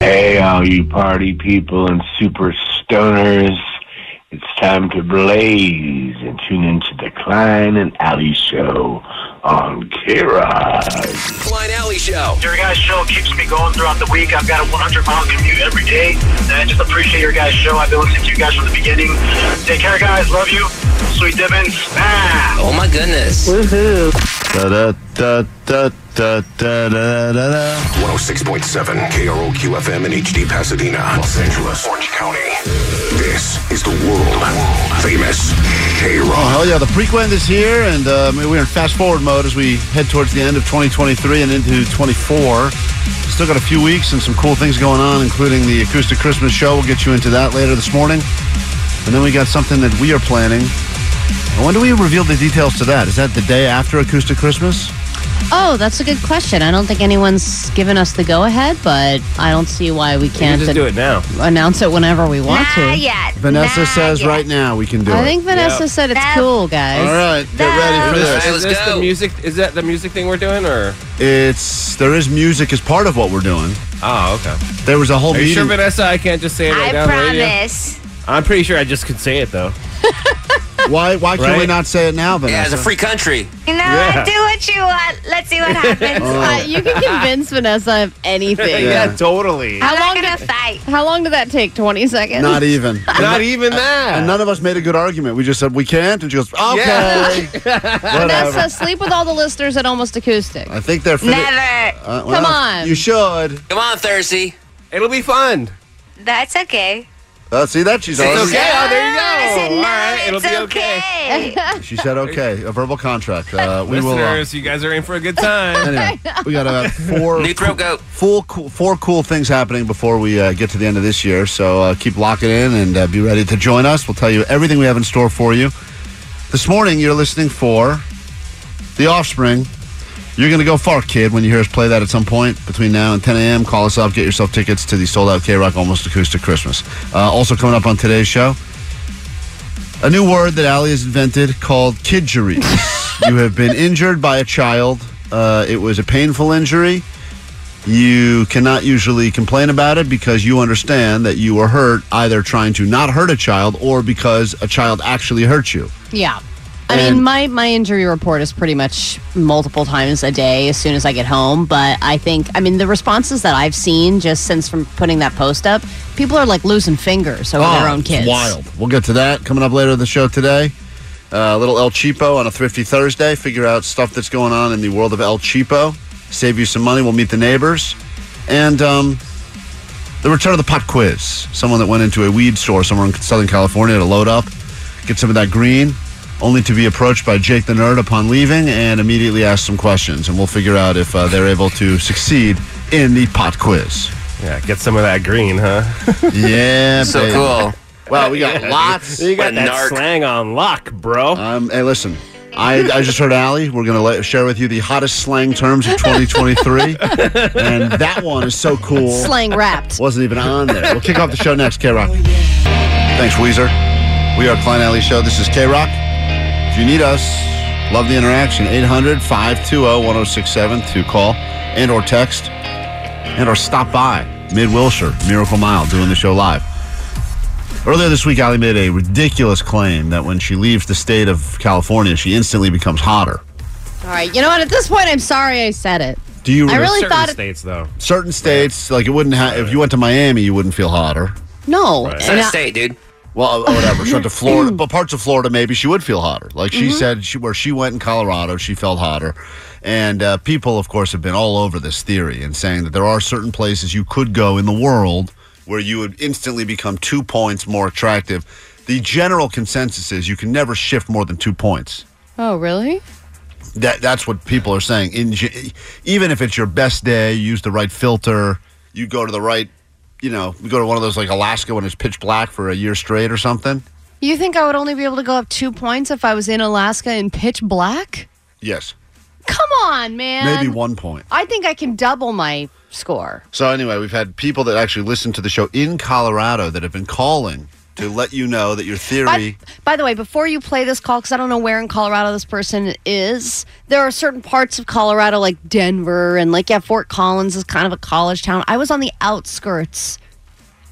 Hey, all you party people and super stoners. It's time to blaze and tune into the Klein and Alley Show on Kira. Klein Alley Show. Your guys' show keeps me going throughout the week. I've got a 100 mile commute every day, and I just appreciate your guys' show. I've been listening to you guys from the beginning. Take care, guys. Love you. Sweet Dibbins. Ah! Oh my goodness. Da, da, da, da, da, da, da, da. 106.7 KROQ FM in HD Pasadena, Los Angeles, Orange County. This is the world famous K Oh, Rock. hell yeah. The prequel is here, and uh, we're in fast forward mode as we head towards the end of 2023 and into 24. Still got a few weeks and some cool things going on, including the Acoustic Christmas Show. We'll get you into that later this morning. And then we got something that we are planning. And When do we reveal the details to that? Is that the day after Acoustic Christmas? Oh, that's a good question. I don't think anyone's given us the go ahead, but I don't see why we can't just do it now. announce it whenever we want to. yet. Vanessa Not says yet. right now we can do I it. think Vanessa Yep. said it's That- cool, guys. All right, get ready for Is, this. is Let's this go. the music? Is that the music thing we're doing, or? It's there is music as part of what we're doing. Oh, okay. There was a whole Are you meeting. sure, Vanessa? I can't just say it right I now. on the radio? promise. I'm pretty sure I just could say it though. why why can't we Right? not say it now, Yeah, it's Vanessa? a free country. You know, Yeah. do what you want. Let's see what happens. Uh, you can convince Vanessa of anything. Oh. Yeah. totally. I'm not gonna fight. How long did that take? 20 seconds? not even. Not even that. And none of us made a good argument. We just said we can't, and she goes, "Okay." Whatever. Vanessa, sleep with all the listeners at Almost Acoustic. I think they're finished. Never. Come on. Uh, You should. Come on, Thursday. It'll be fun. That's okay. Uh, see that she's It's already. okay. Oh, there you go. I said, no, All right, it'll it's be okay. okay. She said okay. A verbal contract. Uh, we will. Uh, Listeners, you guys are in for a good time. anyway, we got about four New throat goat. full cool, four cool things happening before we uh, get to the end of this year. So uh, keep locking in and uh, be ready to join us. We'll tell you everything we have in store for you. This morning, you're listening for The Offspring. You're going to go far, kid, when you hear us play that at some point between now and 10 a.m. Call us up, get yourself tickets to the sold out K Rock Almost Acoustic Christmas. Uh, also, coming up on today's show, a new word that Ali has invented called kidjuries. you have been injured by a child. Uh, it was a painful injury. You cannot usually complain about it because you understand that you were hurt either trying to not hurt a child or because a child actually hurt you. Yeah. I And- mean, my, my injury report is pretty much multiple times a day as soon as I get home. But I think, I mean, the responses that I've seen just since from putting that post up, people are like losing fingers over their Oh, own it's kids. wild. We'll get to that coming up later in the show today. Uh, a little El Cheapo on a Thrifty Thursday. Figure out stuff that's going on in the world of El Cheapo. Save you some money. We'll meet the neighbors. And um, the return of the pot quiz. Someone that went into a weed store somewhere in Southern California to load up, get some of that green, only to be approached by Jake the Nerd upon leaving and immediately asked some questions. And we'll figure out if uh, they're able to succeed in the pot quiz. Yeah, get some of that green, huh? Yeah, So baby. cool. Wow, we got lots. You got What that narc. slang on lock, bro. Um, hey, listen. I, I just heard Allie. We're going to let, share with you the hottest slang terms of 2023. and that one is so cool. Slang wrapped. Wasn't even on there. We'll kick off the show next, K Rock. Thanks, Weezer. We are Klein Alley Show. This is K Rock. If you need us, love the interaction. 800 520 1067 to call and or text and or stop by Mid Wilshire, Miracle Mile, doing the show live. Earlier this week, Ali made a ridiculous claim that when she leaves the state of California, she instantly becomes hotter. All right. You know what? At this point, I'm sorry I said it. Do you? I really Certain thought it- states though. Certain states, like it wouldn't have. If you went to Miami, you wouldn't feel hotter. No. Right. It's not And a I- state, dude. Well, uh, whatever. She went to Florida, but parts of Florida maybe she would feel hotter. Like she Mm-hmm. said, she where she went in Colorado, she felt hotter. And uh, people, of course, have been all over this theory and saying that there are certain places you could go in the world where you would instantly become two points more attractive. The general consensus is you can never shift more than two points. Oh, really? That that's what people are saying. In ge- even if it's your best day, you use the right filter, you go to the right, you know, you go to one of those like Alaska when it's pitch black for a year straight or something. You think I would only be able to go up two points if I was in Alaska in pitch black? Yes, Come on, man. maybe one point. I think I can double my score. So anyway, we've had people that actually listen to the show in Colorado that have been calling to let you know that your theory. By, by the way, before you play this call, because I don't know where in Colorado this person is, there are certain parts of Colorado, like Denver, and like, yeah, Fort Collins is kind of a college town. I was on the outskirts.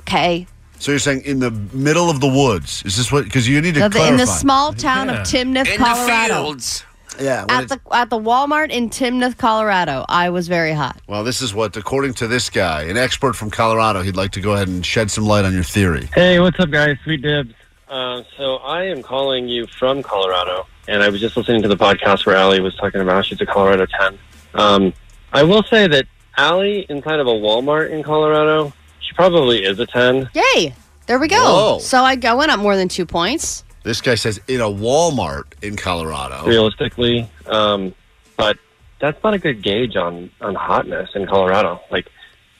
Okay. so you're saying in the middle of the woods? Is this what? Because you need to The- the- clarify. in the small town Yeah. of Timnath, In the Colorado. fields. yeah. when At it's- the, at the Walmart in Timnath, Colorado, I was very hot. Well, this is what, according to this guy, an expert from Colorado, he'd like to go ahead and shed some light on your theory. Hey, what's up, guys? Sweet dibs. Uh, so I am calling you from Colorado, and I was just listening to the podcast where Allie was talking about she's a Colorado 10. Um, I will say that Allie inside of a Walmart in Colorado, she probably is a 10. Yay. There we go. Whoa. So I, I went up more than two points. This guy says in a Walmart in Colorado. realistically. Um, but that's not a good gauge on, on hotness in Colorado. Like,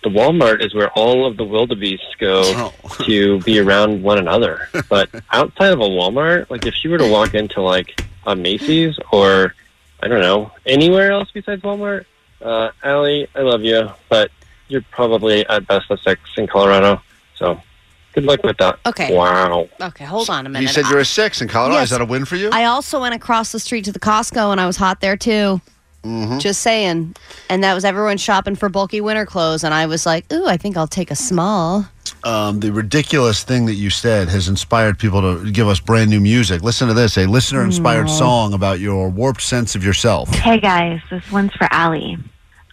the Walmart is where all of the wildebeests go Oh. to be around one another. But outside of a Walmart, like, if she were to walk into, like, a Macy's or, I don't know, anywhere else besides Walmart, uh, Allie, I love you, but you're probably at best a six in Colorado. So good luck with that. Okay. Wow. Okay, hold on a minute. You said you're a six in Colorado. Yes. Is that a win for you? I also went across the street to the Costco and I was hot there too. Mm-hmm. Just saying. And that was everyone shopping for bulky winter clothes. And I was like, ooh, I think I'll take a small. um, the ridiculous thing that you said has inspired people to give us brand new music. Listen to this a listener inspired song about your warped sense of yourself. Hey guys, this one's for Allie.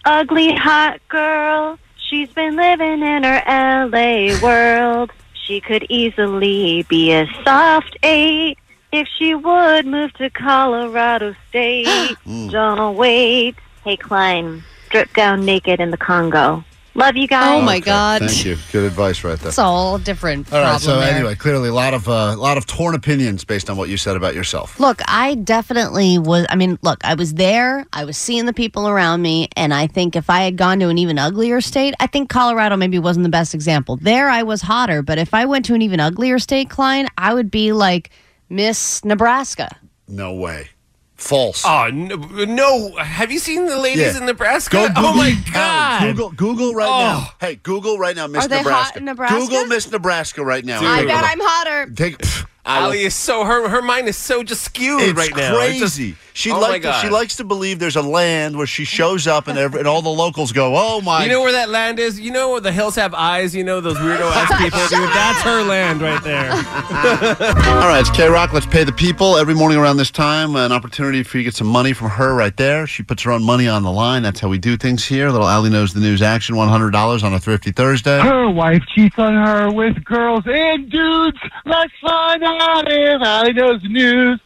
Ugly hot girl, she's been living in her LA world. She could easily be a soft eight if she would move to Colorado State. Don't wait. Hey Klein, strip down naked in the Congo. Love you guys. Oh my Okay, God. Thank you. Good advice right there. It's all different. All right. problem So, there. anyway, clearly a lot of, uh, lot of torn opinions based on what you said about yourself. Look, I definitely was. I mean, look, I was there. I was seeing the people around me. And I think if I had gone to an even uglier state, I think Colorado maybe wasn't the best example. There I was hotter. But if I went to an even uglier state, Klein, I would be like Miss Nebraska. No way. False. Oh no, no! Have you seen the ladies Yeah. in Nebraska? Go Google, oh my Hey, god! Google, Google right now. Oh. Hey, Google right now, Miss Are they hot Nebraska. in Nebraska? Google Miss Nebraska right now. Dude. Take I a bet look. I'm hotter. Take. pff, I Ali is so her her mind is so just skewed it's right now. It's just- crazy. she oh my like she God. likes to believe there's a land where she shows up and every, and all the locals go, oh my. you know where that land is? You know where the hills have eyes? You know those weirdo ass people? Dude, that's her land right there. Uh, all right, it's K Rock. Let's pay the people every morning around this time. An opportunity for you to get some money from her right there. She puts her own money on the line. That's how we do things here. Little Allie knows the news action. One hundred dollars on a thrifty Thursday. her wife cheats on her with girls and dudes. Let's find out if Allie knows the news.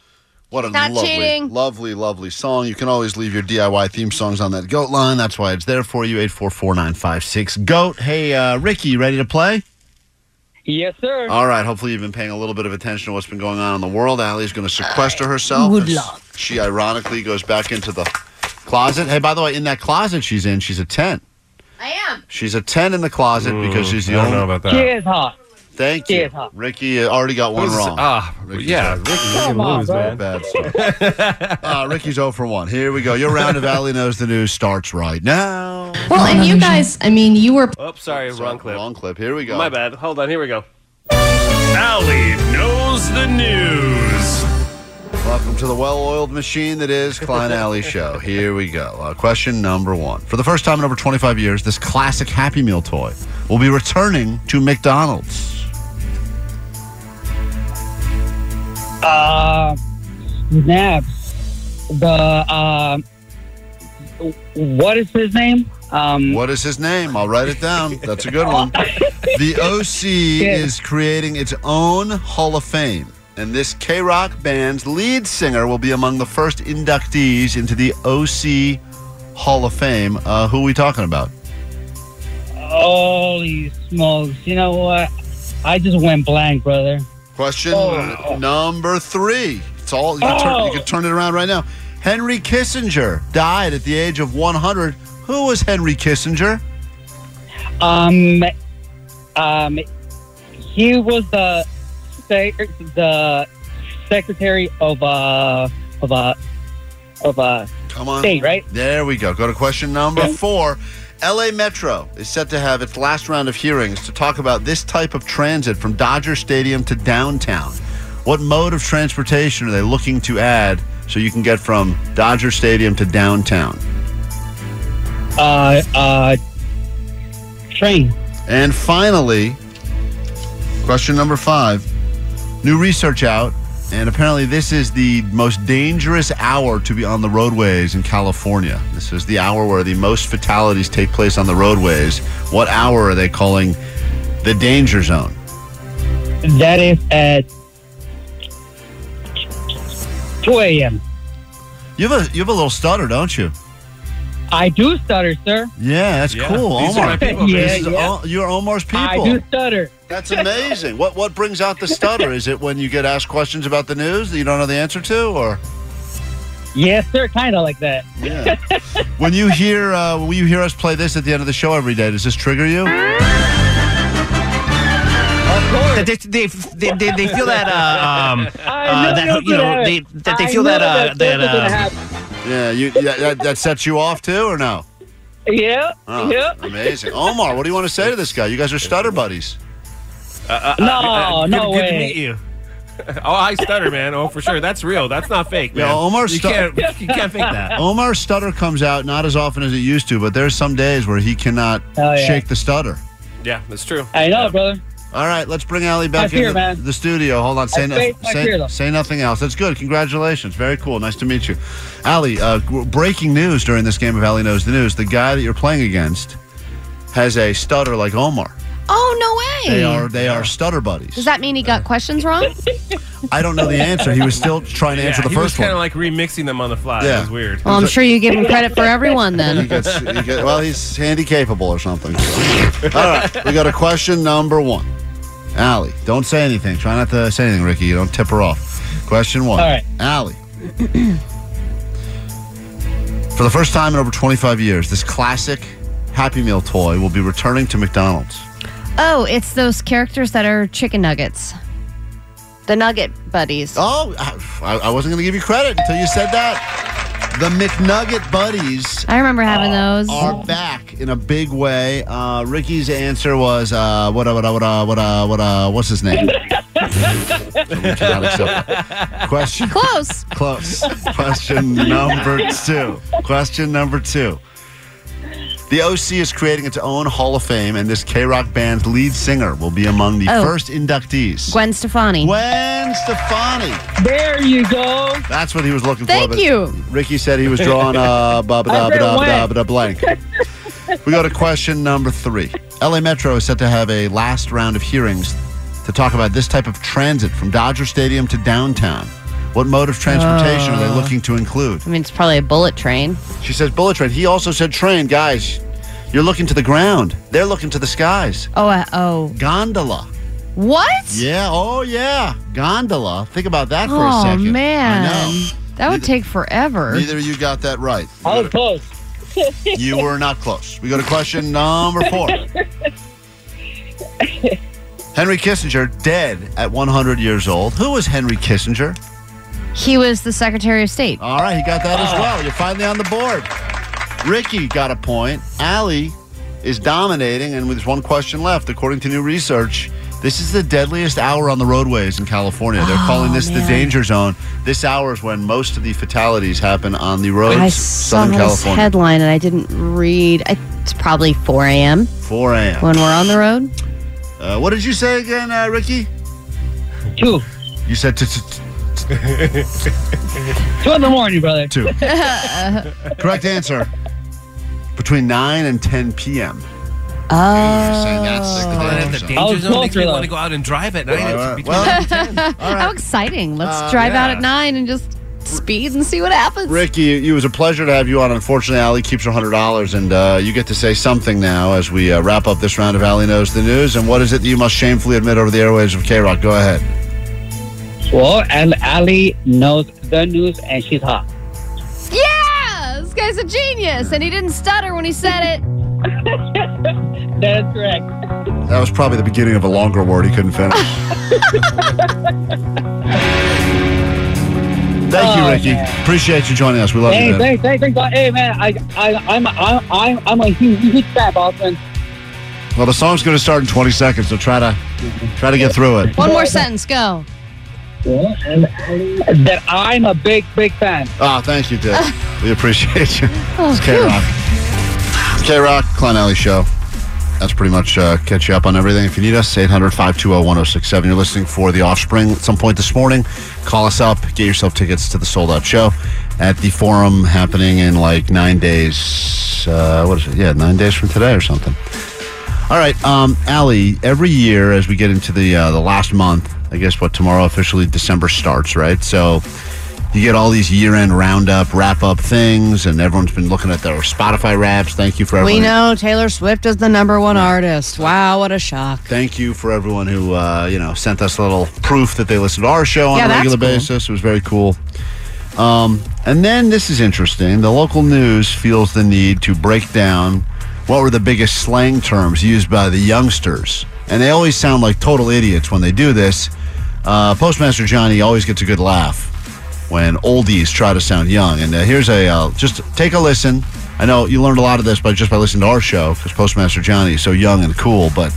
What a Not lovely, cheating. lovely, lovely song. You can always leave your DIY theme songs on that goat line. That's why it's there for you. 844-956 goat. Hey, uh, Ricky, ready to play? Yes, sir. All right. Hopefully, you've been paying a little bit of attention to what's been going on in the world. Allie's going to sequester herself. Good as luck. She ironically goes back into the closet. Hey, by the way, in that closet she's in, she's a ten. I am. She's a ten in the closet because she's I the don't only. know about that. She is hot. Thank you, Yeah, huh. Ricky. uh, Already got one Who's- wrong. Ah, Ricky's yeah, out. Ricky, you can lose, man. Bad stuff. uh, Ricky's 0 for 1. Here we go. Your round of Alley Knows the News starts right now. Well, and you guys, I mean, you were Oops, sorry, wrong clip. Wrong clip. Here we go. My bad. Hold on, here we go. Allie knows the news. Welcome to the well-oiled machine that is Klein Alley Show. Here we go. Uh, question number one. For the first time in over 25 years, this classic Happy Meal toy will be returning to McDonald's. Uh, snaps. The, uh, what is his name? Um, what is his name? I'll write it down. That's a good one. The OC is creating its own Hall of Fame, and this K Rock band's lead singer will be among the first inductees into the OC Hall of Fame. Uh, who are we talking about? Holy smokes. You know what? I just went blank, brother. Question Oh. number three. It's all you can, turn, you can turn it around right now. Henry Kissinger died at the age of 100. Who was Henry Kissinger? Um, um, he was the sec- the secretary of uh of uh of uh Come on. state, right? There we go. Go to question number four. LA Metro is set to have its last round of hearings to talk about this type of transit from Dodger Stadium to downtown. What mode of transportation are they looking to add so you can get from Dodger Stadium to downtown? Uh, uh, train. And finally, question number five. New research out, and apparently this is the most dangerous hour to be on the roadways in California. This is the hour where the most fatalities take place on the roadways. What hour are they calling the danger zone? That is at two a.m. You have a you have a little stutter, don't you? I do stutter, sir. Yeah, that's cool. These are Omar. my people, This man. is Yeah, yeah. all- you're Omar's people. I do stutter. That's amazing. what what brings out the stutter? Is it when you get asked questions about the news that you don't know the answer to, or Yes, sir. Kind of like that. Yeah. when you hear uh, when you hear us play this at the end of the show every day? Does this trigger you? That they, they, they, they, they feel that uh, um, know uh, that you you're know gonna- they, that they I feel know that uh, that's what that you're gonna uh, Yeah, you that, that, that sets you off too, or no? Yeah. Oh, yeah. Amazing, Omar. What do you want to say to this guy? You guys are stutter buddies. Uh, uh, good- good, to meet you. Oh, I stutter, man. Oh, for sure. That's real. That's not fake, man. Yeah, Omar you stu- can't, you can't fake that. Omar stutter comes out not as often as it used to, but there's some days where he cannot Oh, yeah. shake the stutter. Yeah, that's true. I know, brother. All right, let's bring Ali back fear, into man. the studio. Hold on, say, no- fake my say- fear, though. say nothing else. That's good. Congratulations. Very cool. Nice to meet you, Ali. Uh, gr- breaking news during this game of Ali knows the news. The guy that you're playing against has a stutter like Omar. Oh no way! They are they are stutter buddies. Does that mean he got questions wrong? I don't know the answer. He was still trying to Yeah, answer the he was first kind one. of like remixing them on the fly. Yeah. It was weird. Well, I'm sure you give him credit for everyone He then. gets- he gets- well, he's handy capable or something. All right, we got a question number one. Allie, don't say anything. Try not to say anything, Ricky. You don't tip her off. Question one. All right. Allie. For the first time in over 25 years, this classic Happy Meal toy will be returning to McDonald's. Oh, it's those characters that are chicken nuggets. The nugget buddies. Oh, I, I wasn't going to give you credit until you said that. The McNugget Buddies I remember having those. are back in a big way. Uh, Ricky's answer was uh, what? Uh, what? Uh, what? Uh, what? Uh, what? Uh, what's his name? Not acceptable. Question. Close. Close. Question number two. Question number two. The OC is creating its own Hall of Fame, and this K Rock band's lead singer will be among the Oh. first inductees. Gwen Stefani. Gwen Stefani. There you go. That's what he was looking Thank for. but you. Ricky said he was drawing uh, ba ba da ba I read da ba da Wham. ba da blank. We go to question number three. LA Metro is set to have a last round of hearings to talk about this type of transit from Dodger Stadium to downtown. What mode of transportation are they Uh. looking to include? I mean, it's probably a bullet train. She says bullet train. He also said train. Guys, you're looking to the ground. They're looking to the skies. Oh, uh, oh. Gondola. What? Yeah. Oh, yeah. Gondola. Think about that for a oh second. I know. man, that would take forever. Neither of you got that right. I was close. You were not close. We go to question number four. Henry Kissinger dead at 100 years old. Who was Henry Kissinger? He was the Secretary of State. All right, he got that Ah. as well. You're finally on the board. Ricky got a point. Allie is dominating, and with one question left, according to new research, this is the deadliest hour on the roadways in California. They're Oh, calling this the danger zone. This hour is when most of the fatalities happen on the roads, I saw Southern this California. headline and I didn't read. I, it's probably 4 a.m. 4 a.m. when we're on the road. Uh, what did you say again, uh, Ricky? Two. You said t- t- t- Two in the morning, brother. Two. Correct answer. between 9 and 10 p.m. Oh. that's the danger zone makes me want to go out and drive at night. All right, It's between- How exciting. Let's Uh, drive out yeah. at nine and just speed and see what happens. Ricky, it was a pleasure to have you on. Unfortunately, Ali keeps her hundred dollars, and uh, you get to say something now as we uh, wrap up this round of Ali knows the news. And what is it that you must shamefully admit over the airwaves of K Rock? Go ahead. Well, and Ali knows the news and she's hot. Yeah, this guy's a genius, and he didn't stutter when he said it. That's correct. That was probably the beginning of a longer word he couldn't finish. Thank you, Ricky. Appreciate you joining us. We love Oh, hey, you, man. thanks, thanks, thanks. God. Hey, man, I, I, I'm, I'm, I'm, I'm a huge, huge fan, Boston. Well, the song's going to start in 20 seconds, so try to try to get through it. One more sentence, go. That I'm a big, big fan. Oh, Ah, thank you, Dick. we appreciate you. It's K Rock. K Rock, Klein Alley Show. That's pretty much uh, catch you up on everything. If you need us, 800 520 1067. You're listening for The Offspring at some point this morning. Call us up. Get yourself tickets to the sold out show at the forum happening in like nine days. Uh, what is it? Yeah, nine days from today or something. All right, um, Allie, every year as we get into the uh, the last month, I guess what tomorrow officially December starts, right? So you get all these year end roundup, wrap up things, and everyone's been looking at their Spotify wraps. Thank you for everyone. We know Taylor Swift is the number one artist. Wow, what a shock. Thank you for everyone who uh, you know sent us a little proof that they listen to our show on Yeah, a that's regular cool. basis. It was very cool. Um, and then this is interesting. The local news feels the need to break down what were the biggest slang terms used by the youngsters, and they always sound like total idiots when they do this. Uh, Postmaster Johnny always gets a good laugh when oldies try to sound young. And uh, here's a uh, just take a listen. I know you learned a lot of this by just by listening to our show because Postmaster Johnny is so young and cool, but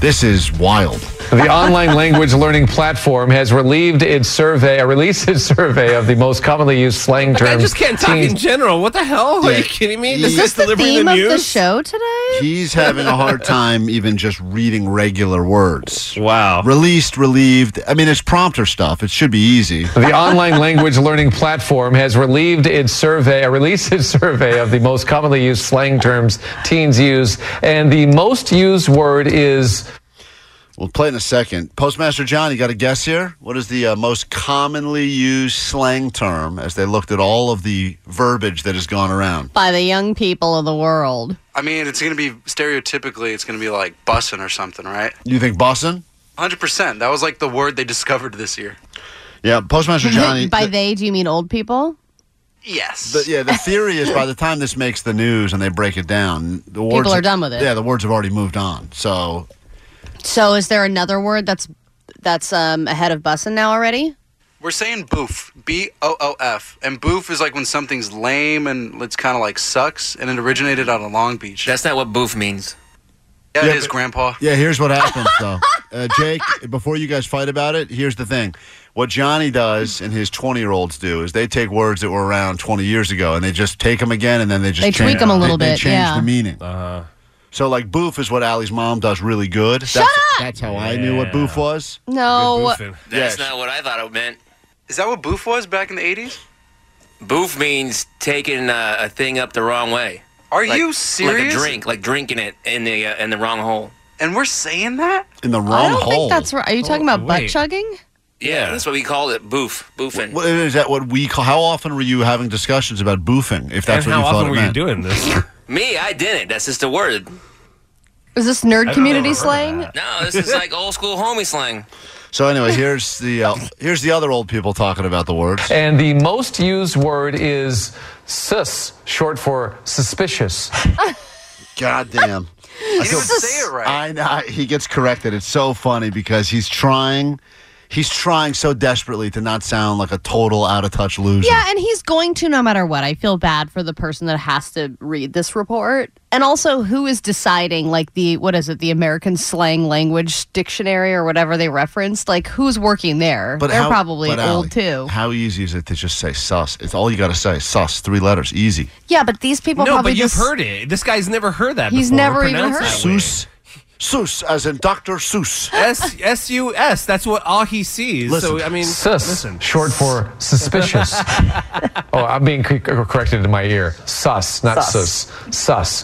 this is wild. The online language learning platform has relieved its survey, or released its survey of the most commonly used slang Like, terms. I just can't talk in teens- general. What the hell? Are Yeah. you kidding me? Is This this is delivering Theme the of news. the show today? He's having a hard time even just reading regular words. Wow. Released, relieved. I mean, it's prompter stuff. It should be easy. The online language learning platform has relieved its survey, or released its survey of the most commonly used slang terms teens use, and the most used word is We'll play in a second. Postmaster John, you got a guess here? What is the uh, most commonly used slang term as they looked at all of the verbiage that has gone around? By the young people of the world. I mean, it's e- going to be stereotypically, it's going to be like bussin' or something, right? You think Boston? 100%. That was like the word they discovered this year. Yeah, Postmaster Johnny. By they, do you mean old people? Yes. The, yeah, the theory is by the time this makes the news and they break it down, the words are done with it. Yeah, the words have already moved on. So So is there another word that's that's um, ahead of bussin' now already? We're saying boof, B O O F. And boof is like when something's lame and it's kind of like sucks, and it originated out of Long Beach. That's not what boof means. Yeah, Yeah, it is, but- Grandpa. Yeah, here's what happens though. Uh, Jake, before you guys fight about it, here's the thing. What Johnny does and his 20 year olds do is they take words that were around 20 years ago and they just take them again and then they just They change tweak 'em a little they, bit, They change yeah. the meaning. Uh-huh. So, like, boof is what Allie's mom does really good. Shut that's, up! That's how I knew what boof was. No. That's not what I thought it meant. Is that what boof was back in the 80s? Boof means taking uh, a thing up the wrong way. Are Like- you Like serious? a drink, like drinking it in the uh, in the wrong hole. And we're saying that? In the I don't think that's right. Are you talking about butt wait. chugging? Yeah, that's what we call it. Boof, boofing. Well, is that what we call? How often were you having discussions about boofing? If that's And what how you thought often it were you meant? doing this? Me, I didn't. That's just a word. Is this I nerd don't community remember slang? No, this is like old school homie slang. so anyway, here's the uh, here's the other old people talking about the words. And the most used word is sus, short for suspicious. God damn. I feel- I know. I- He gets corrected. It's so funny because he's trying. He's trying so desperately to not sound like a total out of touch loser. Yeah, and he's going to no matter what. I feel bad for the person that has to read this report. And also who is deciding like the what is it, the American slang language dictionary or whatever they referenced? Like who's working there? They're how- probably but Ally, old too. How easy is it to just say sus? It's all you got to say. Sus. Three letters. Easy. Yeah, but these people no, probably but you've just heard it. This guy's never heard that. He's before or never even pronounced heard that it. way. Sus. Seuss, as in Dr. Seuss. S S U S. That's what all he sees. Listen, so I mean, sus, listen. short for suspicious. oh, I'm being c- corrected in my ear. Sus, not Sus. sus.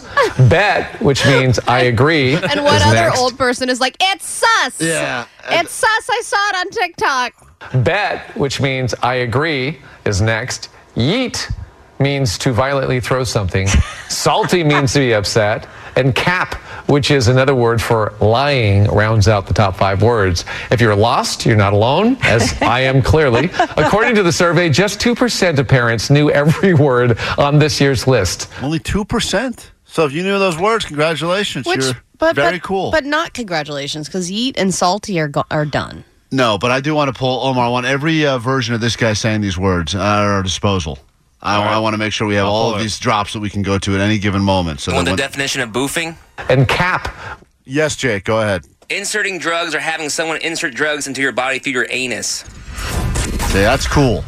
Sus. Bet, which means I agree. And what is other next. old person is like, it's sus. Yeah. It's sus. I saw it on TikTok. Bet, which means I agree, is next. Yeet means to violently throw something. Salty means to be upset. And cap, which is another word for lying, rounds out the top five words. If you're lost, you're not alone, as I am clearly. According to the survey, just 2% of parents knew every word on this year's list. Only 2%? So if you knew those words, congratulations. You're but, very but, cool. But not congratulations, because Yeet and Salty are go- are done. no, but I do want to pull Omar. I want every uh, version of this guy saying these words at our disposal. I, I want to make sure we have all of these drops that we can go to at any given moment. So Well, that the when- definition of boofing? and cap. Yes, Jake, go ahead. Inserting drugs or having someone insert drugs into your body through your anus. See, that's cool.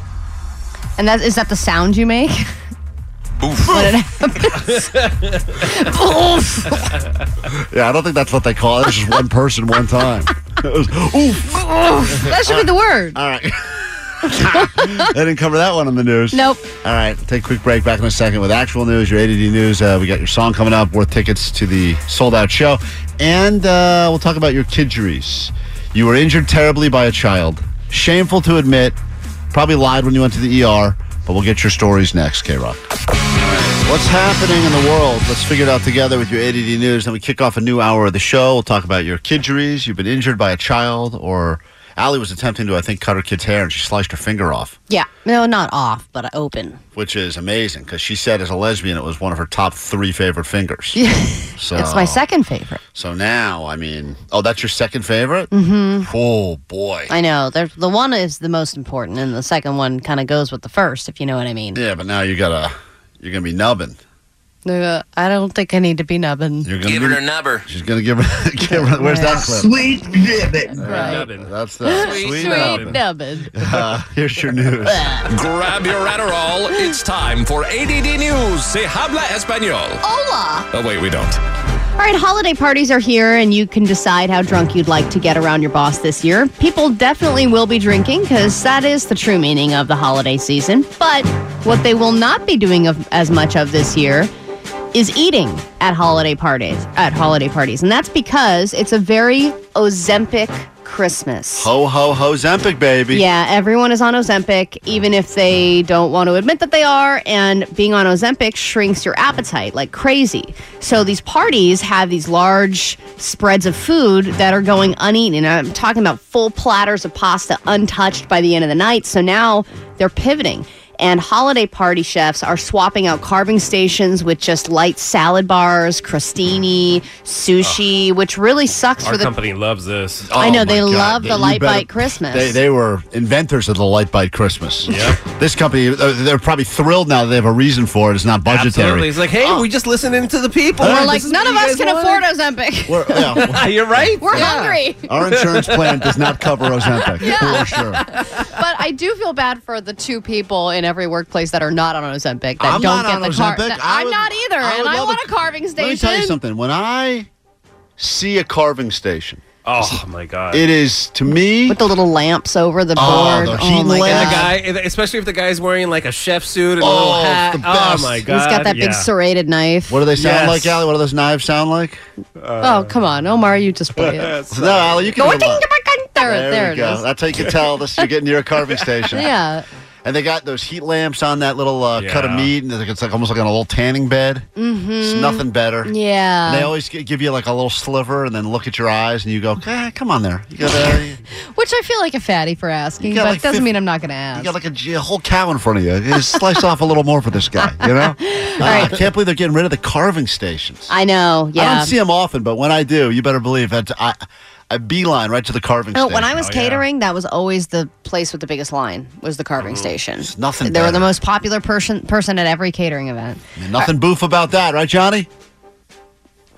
And that is that the sound you make? When it happens? Oof. Yeah, I don't think that's what they call it. It's just one person, one time. It was, oof. Oof. That should be the word. All right. they didn't cover that one on the news. Nope. All right, take a quick break. Back in a second with actual news, your ADD news. Uh, we got your song coming up, worth tickets to the sold out show. And uh, we'll talk about your kidgeries. You were injured terribly by a child. Shameful to admit. Probably lied when you went to the ER, but we'll get your stories next, K Rock. What's happening in the world? Let's figure it out together with your ADD news. Then we kick off a new hour of the show. We'll talk about your kidgeries. You've been injured by a child, or Allie was attempting to, I think, cut her kid's hair and she sliced her finger off Yeah. No, not off, but open. which is amazing because she said as a lesbian it was one of her top three favorite fingers. Yeah. So, It's my second favorite. So now, I mean, oh, that's your second favorite? Mm-hmm. Oh boy. I know. There's, the one is the most important, and the second one kind of goes with the first, if you know what I mean. Yeah, but now you gotta, you're gonna be nubbing. Uh, I don't think I need to be nubbing. You're gonna give her a nubber. She's gonna give her. give her where's that clip? Sweet nubbin. Right. That's that. Sweet, nubbin. nubbin. Uh, here's your news. Grab your Adderall. It's time for ADD News. Se habla español. Hola. Oh, wait, we don't. All right, holiday parties are here, and you can decide how drunk you'd like to get around your boss this year. People definitely will be drinking because that is the true meaning of the holiday season. But what they will not be doing of, as much of this year is eating at holiday parties. At holiday parties, and that's because it's a very Ozempic Christmas. Ho ho ho, Zempic baby. Yeah, everyone is on Ozempic, even if they don't want to admit that they are. And being on Ozempic shrinks your appetite like crazy. So these parties have these large spreads of food that are going uneaten. I'm talking about full platters of pasta untouched by the end of the night. So now they're pivoting. And holiday party chefs are swapping out carving stations with just light salad bars, crostini, sushi, which really sucks Our for the company loves this. I know, they Oh my love the You Light Bite Christmas. They, they were inventors of the Light Bite Christmas. Yeah. this company, uh, they're probably thrilled now that they have a reason for it. It's not Absolutely. budgetary. It's like, hey, we just listening to the people. We're This like, is None what of you us guys can want. afford Ozempic. We're, yeah, You're right. We're hungry. Our insurance plan does not cover Ozempic. Yeah. For sure. but I do feel bad for the two people in every workplace that are not on Ozempic that I'm don't not get on the car. Ozempic. that- I I'm would- not either, I would and I love want a- a carving station. Let me tell you something. When I see a carving station, oh my god, it is to me with the little lamps over the board. oh my and the god. guy, especially if the guy's wearing like a chef suit and a Oh, little it's hat. the best. Oh my He's god, He's got that big yeah. serrated knife. What do they sound Yes. Uh, like, Allie? What do those knives sound like? oh, come on, Omar, you just play it. no, Allie, you can. Go do them. there, There, there we it go. is. That's how you can tell this. You're getting near a carving station. Yeah. And they got those heat lamps on that little uh, cut of Yeah. meat, and it's like- it's like almost like on a little tanning bed. Mm-hmm. It's nothing better. Yeah. And they always g- give you like a little sliver, and then look at your eyes, and you go, "Ah, "Come on, there." You got, uh, you Which I feel like a fatty for asking, You got but like it doesn't fif- mean I'm not going to ask. got like a, j- a whole cow in front of you. Just slice off a little more for this guy. You know. Ah, I can't believe they're getting rid of the carving stations. I know. Yeah. I don't see them often, but when I do, you better believe that I, I beeline right to the carving No, station. Oh, when I was catering, that was always the place with the biggest line was the carving station. nothing They were better. the most popular person person at every catering event. Nothing boof about that, right, Johnny?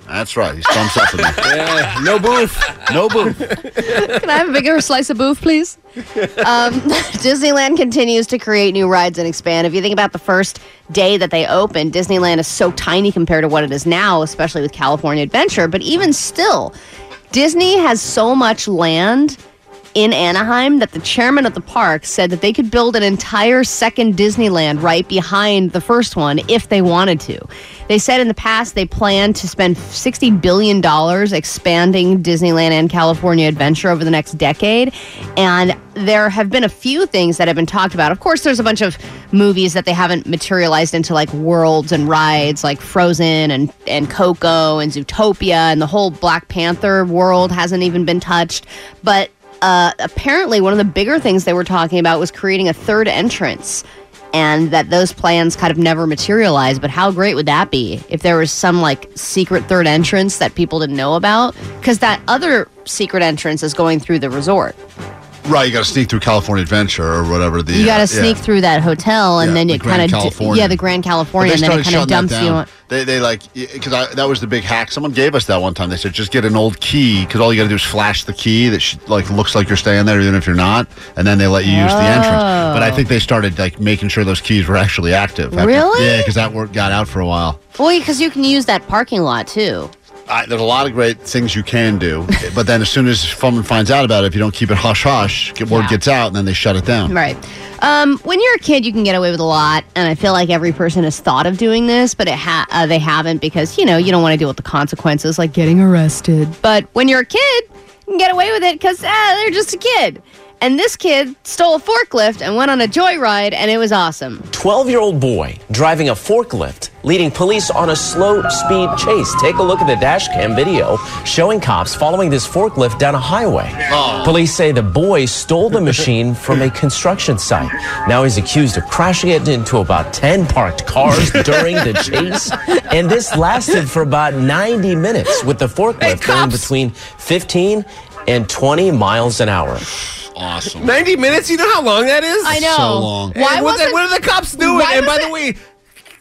That's right. He's thumbs up to me. Yeah, no boof. No boof. Can I have a bigger slice of booth, please? Um, Disneyland continues to create new rides and expand. If you think about the first day that they opened, Disneyland is so tiny compared to what it is now, especially with California Adventure. But even still, Disney has so much land in Anaheim that the chairman of the park said that they could build an entire second Disneyland right behind the first one if they wanted to. They said in the past they plan to spend $60 billion expanding Disneyland and California Adventure over the next decade. And there have been a few things that have been talked about. Of course, there's a bunch of movies that they haven't materialized into like worlds and rides like Frozen and, and Coco and Zootopia and the whole Black Panther world hasn't even been touched. But uh, apparently one of the bigger things they were talking about was creating a third entrance and that those plans kind of never materialized but how great would that be if there was some like secret third entrance that people didn't know about because that other secret entrance is going through the resort Right, you got to sneak through California Adventure or whatever. The you got to uh, sneak yeah. through that hotel and Yeah, then the it Grand kind of California. yeah the grand But california and then started it kind of shutting that dumps you down. on They, they like because that was the big hack. Someone gave us that one time. They said just get an old key because all you got to do is flash the key that sh- like looks like you're staying there even if you're not, and then they let you use the entrance. Oh. But I think they started like making sure those keys were actually active. Really? Yeah, because that work got out for a while. well because you can use that parking lot too I, there's a lot of great things you can do, but then as soon as someone finds out about it, if you don't keep it hush hush, get, word Yeah. gets out, and then they shut it down. Right. Um, when you're a kid, you can get away with a lot, and I feel like every person has thought of doing this, but it ha- uh, they haven't because you know you don't want to deal with the consequences, like getting arrested. But when you're a kid, you can get away with it because ah, they're just a kid. And this kid stole a forklift and went on a joyride, and it was awesome. 12 year old boy driving a forklift, leading police on a slow speed chase. Take a look at the dash cam video showing cops following this forklift down a highway. Oh. Police say the boy stole the machine from a construction site. Now he's accused of crashing it into about 10 parked cars during the chase. And this lasted for about 90 minutes with the forklift going between 15 and 20 miles an hour. Awesome. 90 minutes? You know how long that is? I know. So long. And Why what, the- wasn't- what are the cops doing? why And by was the way,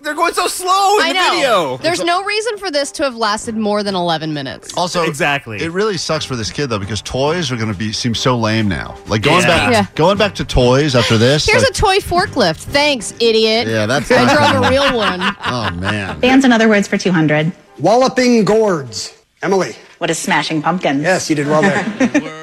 they're going so slow in I the know. video. There's no reason for this to have lasted more than 11 minutes. Also, exactly. It really sucks for this kid though because toys are going to be seem so lame now. Like going Yeah. back, Yeah. going back to toys after this. Here's like, a toy forklift. Thanks, idiot. Yeah, that's I not drove a coming. real one. oh man. Bands and other words for 200. Walloping gourds. Emily. What is smashing pumpkins? Yes, you did well there.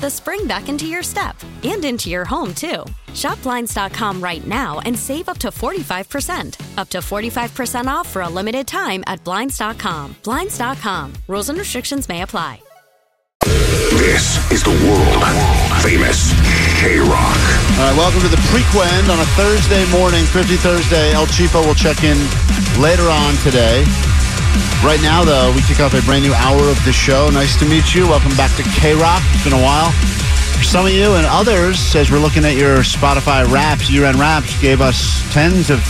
the spring back into your step and into your home, too. Shop Blinds.com right now and save up to 45%. Up to 45% off for a limited time at Blinds.com. Blinds.com. Rules and restrictions may apply. This is the world famous K Rock. All right, welcome to the Prequend on a Thursday morning, Thrifty Thursday. El Cheapo will check in later on today. Right now, though, we kick off a brand new hour of the show. Nice to meet you. Welcome back to K Rock. It's been a while. For some of you and others, as we're looking at your Spotify raps, year end raps, gave us tens of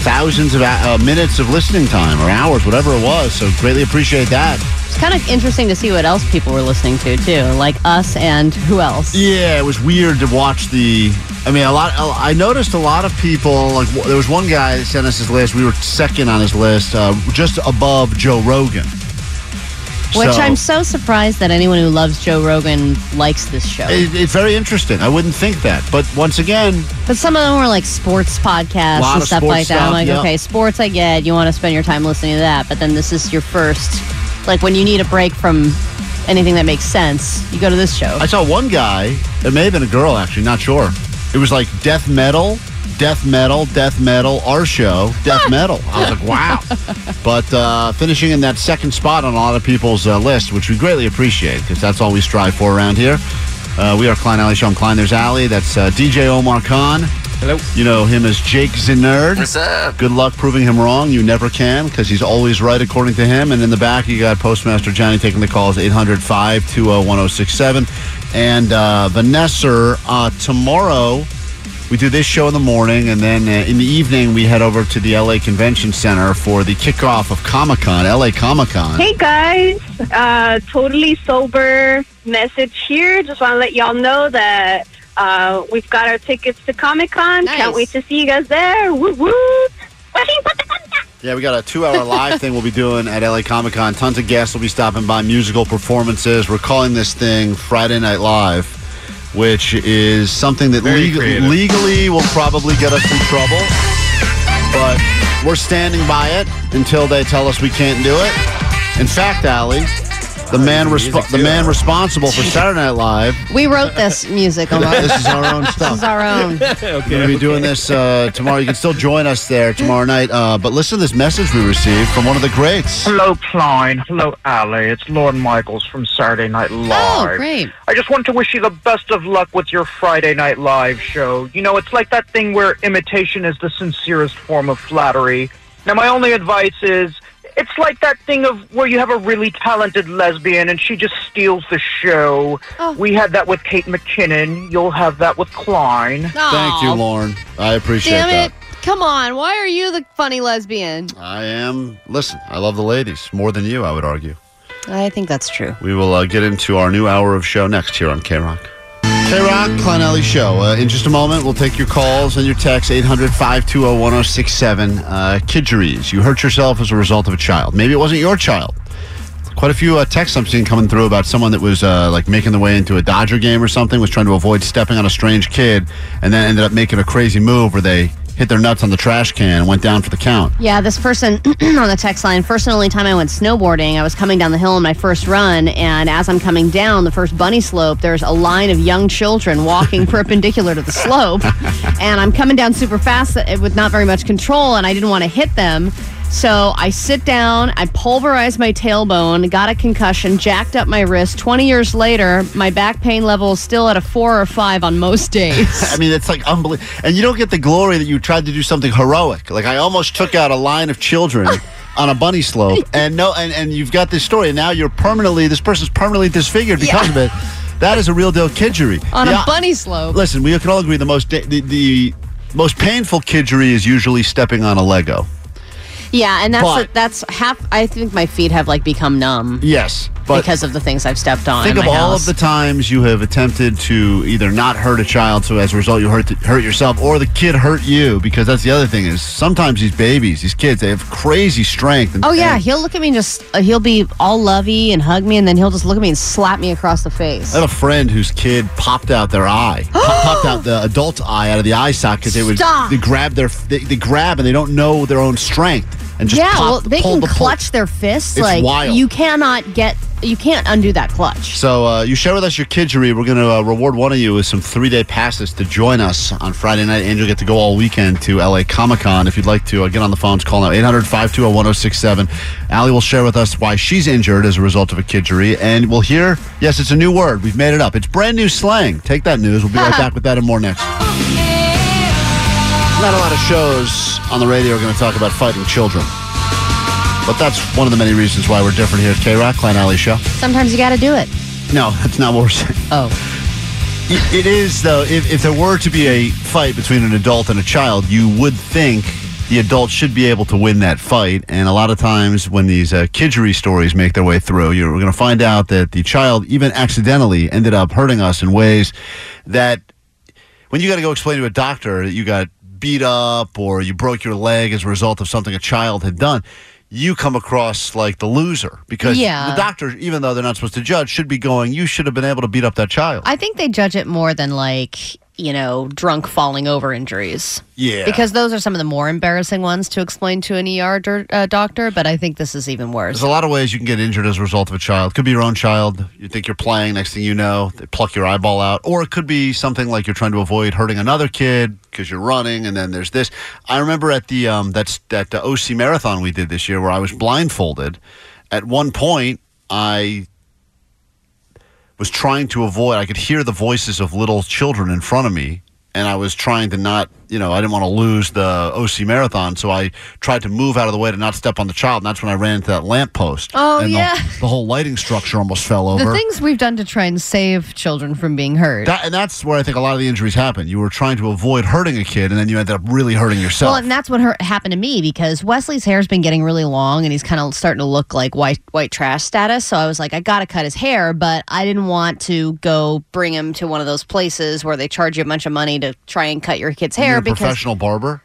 thousands of uh, minutes of listening time or hours, whatever it was. So greatly appreciate that. It's kind of interesting to see what else people were listening to too, like us and who else. Yeah, it was weird to watch the. I mean, a lot. I noticed a lot of people. Like w- there was one guy that sent us his list. We were second on his list, uh, just above Joe Rogan. Which So- I'm so surprised that anyone who loves Joe Rogan likes this show. It, it's very interesting. I wouldn't think that, but once again, But some of them were like sports podcasts Lot and of stuff sports like that. I'm stuff, like, yeah. okay, sports I get. You want to spend your time listening to that. But then this is your first, like when you need a break from anything that makes sense, you go to this show. I saw one guy. It may have been a girl, actually. Not sure. It was like death metal, death metal, death metal. Our show, death metal. I was like, wow. but uh, finishing in that second spot on a lot of people's uh, list, which we greatly appreciate because that's all we strive for around here. Uh, we are Klein Alley Show. I'm Klein. There's Alley. That's uh, DJ Omar Khan. Hello. You know him as Jake Zinerd. What's up? Good luck proving him wrong. You never can because he's always right according to him. And in the back, you got Postmaster Johnny taking the calls 800 520 1067. And uh, Vanessa, uh, tomorrow we do this show in the morning. And then uh, in the evening, we head over to the LA Convention Center for the kickoff of Comic Con, LA Comic Con. Hey guys, uh, totally sober message here. Just want to let y'all know that uh, we've got our tickets to Comic Con. Can't wait to see you guys there. Woo woo! Yeah, we got a two-hour live thing we'll be doing at LA Comic Con. Tons of guests will be stopping by, musical performances. We're calling this thing Friday Night Live, which is something that leg- legally will probably get us in trouble, but we're standing by it until they tell us we can't do it. In fact, Allie, the man resp- the man responsible for Saturday Night Live We wrote this music. Omar. This is our own stuff. This is our own. We're going to be doing this uh, tomorrow. You can still join us there tomorrow night. Uh, but listen to this message we received from one of the greats. Hello, Pline. Hello, Ally. It's Lorne Michaels from Saturday Night Live. great. I just want to wish you the best of luck with your Friday Night Live show. You know, it's like that thing where imitation is the sincerest form of flattery. Now, my only advice is it's like that thing of where you have a really talented lesbian and she just steals the show. We had that with Kate McKinnon. You'll have that with Klein. Thank you, Lauren. I appreciate Damn that. it. Come on. Why are you the funny lesbian? I am. Listen, I love the ladies more than you, I would argue. I think that's true. We will uh, get into our new hour of show next here on K Rock. K Rock, Klein Alley Show. Uh, in just a moment, we'll take your calls and your texts 800 520 1067. Uh, Kidgeries, you hurt yourself as a result of a child. Maybe it wasn't your child. Quite a few uh, texts I'm seeing coming through about someone that was uh, like making their way into a Dodger game or something, was trying to avoid stepping on a strange kid, and then ended up making a crazy move where they hit their nuts on the trash can and went down for the count. Yeah, this person on the text line, first and only time I went snowboarding, I was coming down the hill on my first run, and as I'm coming down the first bunny slope, there's a line of young children walking perpendicular to the slope. And I'm coming down super fast uh, with not very much control, and I didn't want to hit them. So I sit down, I pulverized my tailbone, got a concussion, jacked up my wrist. 20 years later, my back pain level is still at a four or five on most days. I mean, it's like unbelievable. And you don't get the glory that you tried to do something heroic. Like I almost took out a line of children on a bunny slope, and no, and, and you've got this story, and now you're permanently this person's permanently disfigured because of it. That is a real deal kidgery. On Yeah, a bunny slope. Listen, we can all agree the most da- the, the most painful kidgery is usually stepping on a Lego. Yeah, and that's But- that's half. I think my feet have like become numb. Yes, but- because of the things I've stepped on. Think in of my all of house. the times you have attempted to either not hurt a child, so as a result you hurt hurt yourself, or the kid hurt you. Because that's the other thing is sometimes these babies, these kids, they have crazy strength. And, Oh yeah, and he'll look at me and just uh, he'll be all lovey and hug me, and then he'll just look at me and slap me across the face. I have a friend whose kid popped out their eye, pop- popped out the adult eye out of the eye socket because they would Stop. they grab their they, they grab and they don't know their own strength and just yeah, pop, well, they pull can the pull. clutch their fists. It's like wild. you cannot get, you can't undo that clutch. So uh, you share with us your kidgery. We're going to uh, reward one of you with some three-day passes to join us on Friday night, and you'll get to go all weekend to LA Comic Con. If you'd like to uh, get on the phones, call now 800-520-1067. Allie will share with us why she's injured as a result of a kidgery, and we'll hear. Yes, it's a new word. We've made it up. It's brand new slang. Take that news. We'll be right back with that and more next. Not a lot of shows on the radio are going to talk about fighting children, but that's one of the many reasons why we're different here at K Rock Klein Alley Show. Sometimes you got to do it. No, that's not what we're saying. Oh. It is, though. If, if there were to be a fight between an adult and a child, you would think the adult should be able to win that fight. And a lot of times when these uh, kidgery stories make their way through, you're going to find out that the child even accidentally ended up hurting us in ways that when you got to go explain to a doctor that you got beat up or you broke your leg as a result of something a child had done, you come across like the loser because Yeah. the doctor, even though they're not supposed to judge, should be going, you should have been able to beat up that child. I think they judge it more than like, you know, drunk falling over injuries. Yeah. Because those are some of the more embarrassing ones to explain to an ER dir- uh, doctor, but I think this is even worse. There's a lot of ways you can get injured as a result of a child. Could be your own child. You think you're playing, next thing you know, they pluck your eyeball out. Or it could be something like you're trying to avoid hurting another kid because you're running, and then there's this. I remember at the um, that's that uh, OC marathon we did this year where I was blindfolded. At one point, I was trying to avoid. I could hear the voices of little children in front of me, and I was trying to not, you know, I didn't want to lose the OC marathon, so I tried to move out of the way to not step on the child. And that's when I ran into that lamppost. Oh, and the- yeah. the, whole lighting structure almost fell over. The things we've done to try and save children from being hurt. That- and that's where I think a lot of the injuries happen. You were trying to avoid hurting a kid, and then you ended up really hurting yourself. Well, and that's what hurt, happened to me because Wesley's hair's been getting really long and he's kind of starting to look like white white trash status. So I was like, I gotta cut his hair, but I didn't want to go bring him to one of those places where they charge you a bunch of money to try and cut your kid's You need hair a because, professional barber.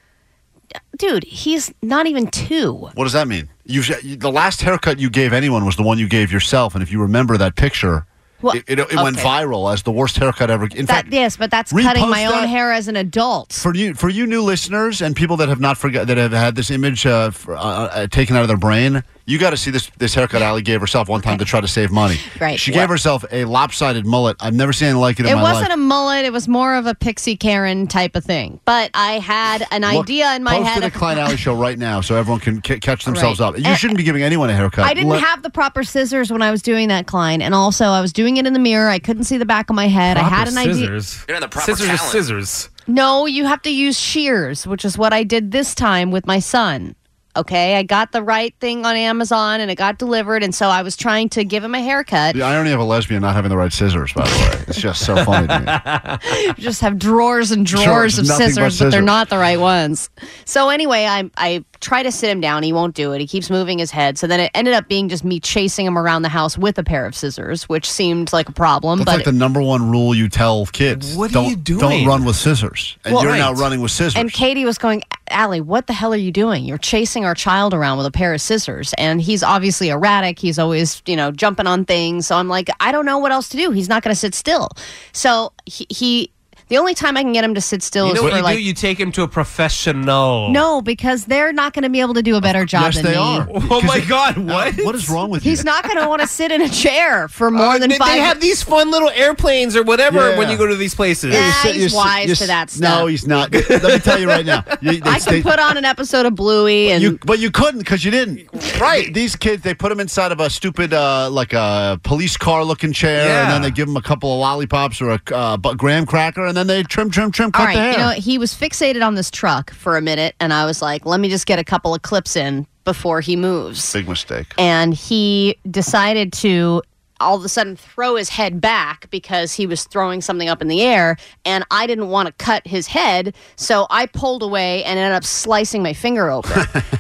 dude, he's not even two. What does that mean? You've, you- the last haircut you gave anyone was the one you gave yourself, and if you remember that picture, Well, it, it, it went okay. viral as the worst haircut ever. In That fact, yes, but that's cutting repost my own that. hair as an adult. for you for you new listeners and people that have not forgot that have had this image uh, f- uh, uh, taken out of their brain, you got to see this this haircut Allie gave herself one time to try to save money. Right. She gave herself a lopsided mullet. I've never seen anything like it in It my wasn't life. a mullet; it was more of a pixie Karen type of thing. But I had an Look, idea in my post head. it at of- Klein Alley Show right now so everyone can ca- catch themselves Right. up. Uh, You shouldn't be giving anyone a haircut. I didn't Let- have the proper scissors when I was doing that, Klein. And also, I was doing it in the mirror. I couldn't see the back of my head. I had an idea. You're on the proper scissors. are talent. Scissors. No, you have to use shears, which is what I did this time with my son. Okay, I got the right thing on Amazon and it got delivered. And so I was trying to give him a haircut, the irony of a lesbian not having the right scissors, by the way. It's just so funny to me. just have drawers and Sure, drawers of nothing but scissors, but they're scissors. not the right ones. So anyway, I I try to sit him down. He won't do it. He keeps moving his head. So then it ended up being just me chasing him around the house with a pair of scissors, which seemed like a problem. That's but like the number one rule you tell kids. What are don't, you Don't doing? run with scissors. And Well, you're right. now running with scissors. And Katie was going, Allie, what the hell are you doing? You're chasing our child around with a pair of scissors. And he's obviously erratic. He's always, you know, jumping on things. So I'm like, I don't know what else to do. He's not going to sit still. So he, he, the only time I can get him to sit still You is know for what you like, do? You take him to a professional. no, because they're not going to be able to do a better job Yes, than Oh. they me. are. Oh my God! What? what is wrong with He's not going to want to sit in a chair for more Uh, than they, five. They have these fun little airplanes or whatever Yeah. when you go to these places. Yeah, Yeah, you sit- he's you sit- wise you to that sit- no, stuff. he's not. Let me tell you right now. You, they- I can they- put on an episode of Bluey and you, but you couldn't because you didn't. Right. These kids, they put them inside of a stupid, uh, like a police car looking chair, and then they give them a couple of lollipops or a uh, bu- graham cracker, and then they trim, trim, trim, cut All right, the hair. you know what? he was fixated on this truck for a minute, and I was like, "Let me just get a couple of clips in before he moves." Big mistake. And he decided to all of a sudden throw his head back because he was throwing something up in the air, and I didn't want to cut his head, so I pulled away and ended up slicing my finger open.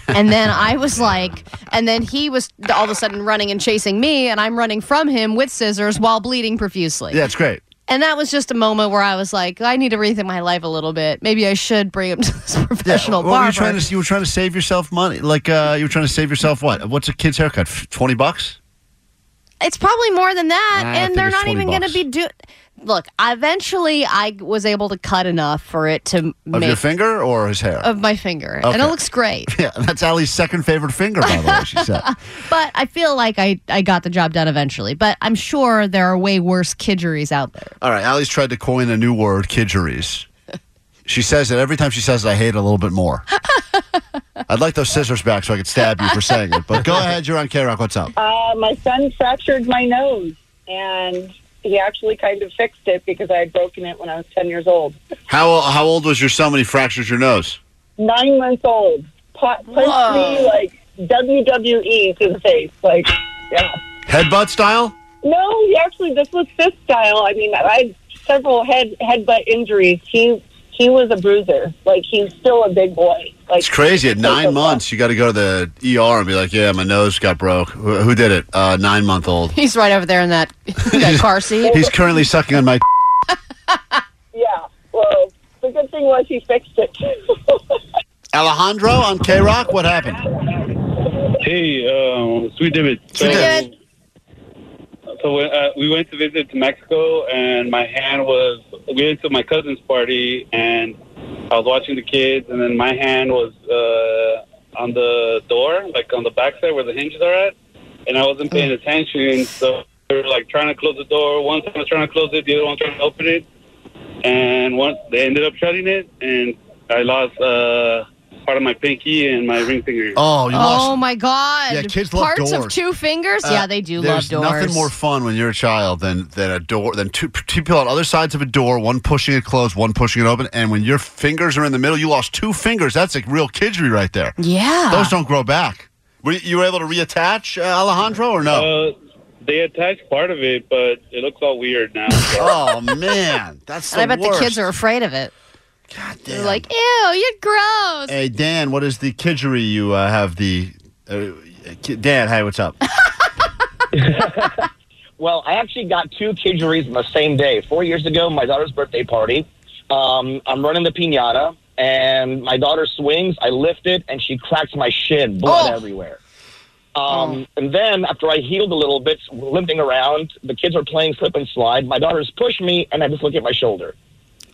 and then I was like, and then he was all of a sudden running and chasing me, and I'm running from him with scissors while bleeding profusely. Yeah, it's great. And that was just a moment where I was like, I need to rethink my life a little bit. Maybe I should bring him to this professional What were you barber. trying to? You were trying to save yourself money. Like uh, you were trying to save yourself what? What's a kid's haircut? F- Twenty bucks? it's probably more than that, I and think they're it's not 20 even going to bucks. be do. Look, eventually, I was able to cut enough for it to Of make your finger or his hair? of my finger, and it Okay. looks great. yeah, that's Ali's second favorite finger, by the way. She said. But I feel like I I got the job done eventually. But I'm sure there are way worse kidgeries out there. All right, Ali's tried to coin a new word, kidgeries. She says it every time she says it, I hate it a little bit more. I'd like those scissors back so I could stab you for saying it. But go ahead, you're on K Rock. What's up? Uh, my son fractured my nose, and he actually kind of fixed it because I had broken it when I was 10 years old. How how old was your son when he fractured your nose? Nine months old. Pa- punched me like WWE to the face. Like, yeah. Headbutt style? No, he actually, this was fist style. I mean, I had several head headbutt injuries. He he was a bruiser. Like, he's still a big boy. Like It's crazy. At nine months, you got to go to the ER and be like, "Yeah, my nose got broke. Who, who did it? Uh, nine month old. He's right over there in that, that car seat. He's currently sucking on my." Well, the good thing was he fixed it. Alejandro on K Rock. What happened? Hey, um, sweet David. So, so uh, we went to visit to Mexico, and my hand was. We went to my cousin's party, and I was watching the kids, and then my hand was uh, on the door, like on the backside where the hinges are at, and I wasn't paying attention. So they were like trying to close the door. One time I was trying to close it, the other one trying to open it, and one they ended up shutting it, and I lost uh, part of my pinky and my ring finger. Oh, you lost. Oh my God! Yeah, kids love Parts of doors. Uh, two fingers. yeah, they do love There's doors. nothing more fun when you're a child than than a door, than two, two people on other sides of a door, one pushing it closed, one pushing it open, and when your fingers are in the middle, you lost two fingers. That's a real kidgery right there. Yeah. those don't grow back. Were you, you were able to reattach uh, Alejandro or no? Uh, they attached part of it, but it looks all weird now. oh man, that's And I bet the kids are afraid of it. God damn! They're like, ew, you're gross. Hey Dan, what is the kidgery you uh, have? The uh, ki- Dan, hey, what's up? Well, I actually got two kidgeries on the same day. Four years ago, my daughter's birthday party. Um, I'm running the pinata, and my daughter swings. I lift it, and she cracks my shin, blood everywhere. Um, And then after I healed a little bit, limping around, the kids are playing slip and slide. My daughter's pushed me, and I just look at my shoulder.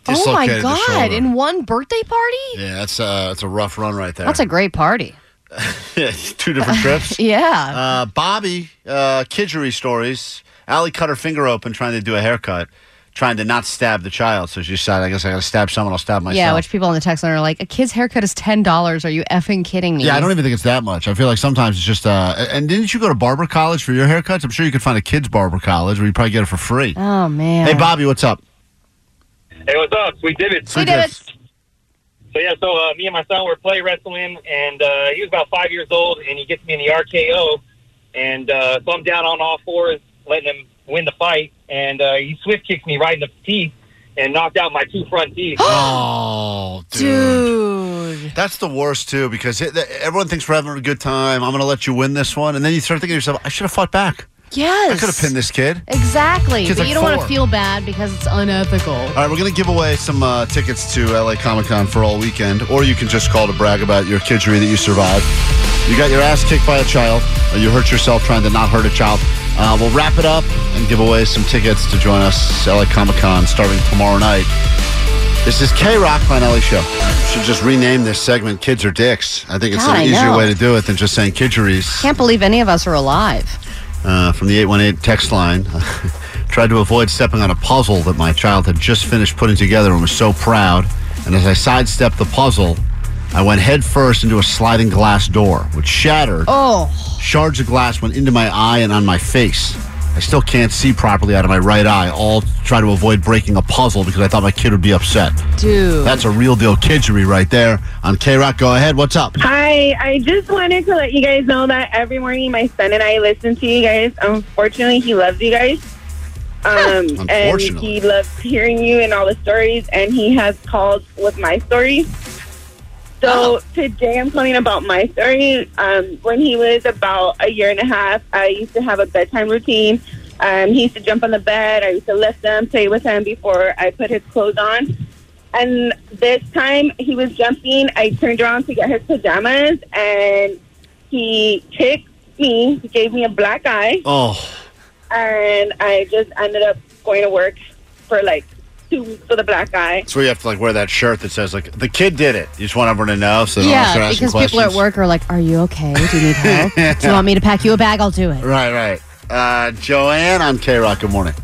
oh my Dislocated the God! shoulder. In one birthday party? yeah, that's uh, that's a rough run right there. That's a great party. two different trips. Yeah. Uh, Bobby, uh, kidgery stories. Allie cut her finger open trying to do a haircut, trying to not stab the child. So she said, I guess I got to stab someone. I'll stab myself. Yeah, which people in the text line are like, a kid's haircut is ten dollars. Are you effing kidding me? Yeah, I don't even think it's that much. I feel like sometimes it's just. Uh, and didn't you go to barber college for your haircuts? I'm sure you could find a kids' barber college where you probably get it for free. Oh man. Hey, Bobby, what's up? Hey, what's up? Sweet David. Sweet David. So, yeah, so uh, me and my son were play wrestling, and uh, he was about five years old, and he gets me in the RKO, and uh, so I'm down on all fours, letting him win the fight, and uh, he swift kicks me right in the teeth and knocked out my two front teeth. Oh, dude. That's the worst, too, because it, th- everyone thinks we're having a good time. I'm going to let you win this one. And then you start thinking to yourself, I should have fought back. Yes. I could have pinned this kid. Exactly. Kid's But like you don't want four. to feel bad because it's unethical. All right, we're going to give away some uh, tickets to LA Comic Con for all weekend, or you can just call to brag about your kidgery that you survived. You got your ass kicked by a child, or you hurt yourself trying to not hurt a child. Uh, we'll wrap it up and give away some tickets to join us LA Comic Con starting tomorrow night. This is K Rock by LA Show. Should just rename this segment "Kids or Dicks." I think it's God, an I easier know. way to do it than just saying kidgeries Can't believe any of us are alive. uh, from the 818 text line. Tried to avoid stepping on a puzzle that my child had just finished putting together and was so proud. And as I sidestepped the puzzle, I went headfirst into a sliding glass door, which shattered. Oh. Shards of glass went into my eye and on my face. I still can't see properly out of my right eye, all to try to avoid breaking a puzzle because I thought my kid would be upset. Dude. That's a real deal kidgery right there. On K Rock, go ahead. What's up? Hi, I just wanted to let you guys know that every morning my son and I listen to you guys. Unfortunately, he loves you guys. Um, and Unfortunately. he loves hearing you and all the stories, and he has called with my story. Oh. So today I'm calling about my story. Um, when he was about a year and a half, I used to have a bedtime routine. Um, he used to jump on the bed. I used to lift him, play with him before I put his clothes on. And this time he was jumping. I turned around to get his pajamas, and he kicked me, He gave me a black eye, Oh. and I just ended up going to work for like two weeks with a black eye. That's where you have to like wear that shirt that says like the kid did it. You just want everyone to know, so they don't yeah, start asking because people at questions. work are like, "Are you okay? Do you need help? Do you want me to pack you a bag? I'll do it." Right, right. Uh, Joanne on K Rock. Good morning,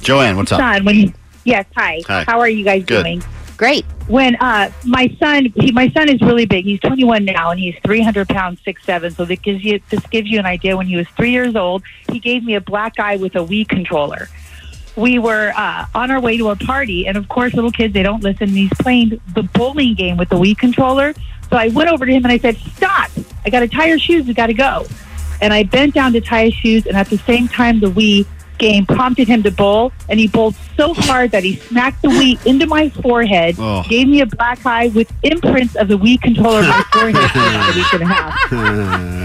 Joanne. What's up? son when he, yes hi. Hi. how are you guys Good. doing great when uh my son he, my son is really big he's 21 now and he's 300 pounds six seven so that gives you this gives you an idea when he was three years old he gave me a black eye with a wii controller we were uh, on our way to a party, and of course, little kids they don't listen. And he's playing the bowling game with the Wii controller. So I went over to him and I said, "Stop! I got to tie your shoes. We got to go." And I bent down to tie his shoes, and at the same time, the Wii game prompted him to bowl, and he bowled so hard that he smacked the Wii into my forehead, Oh. gave me a black eye with imprints of the Wii controller on my forehead for like a week and a half.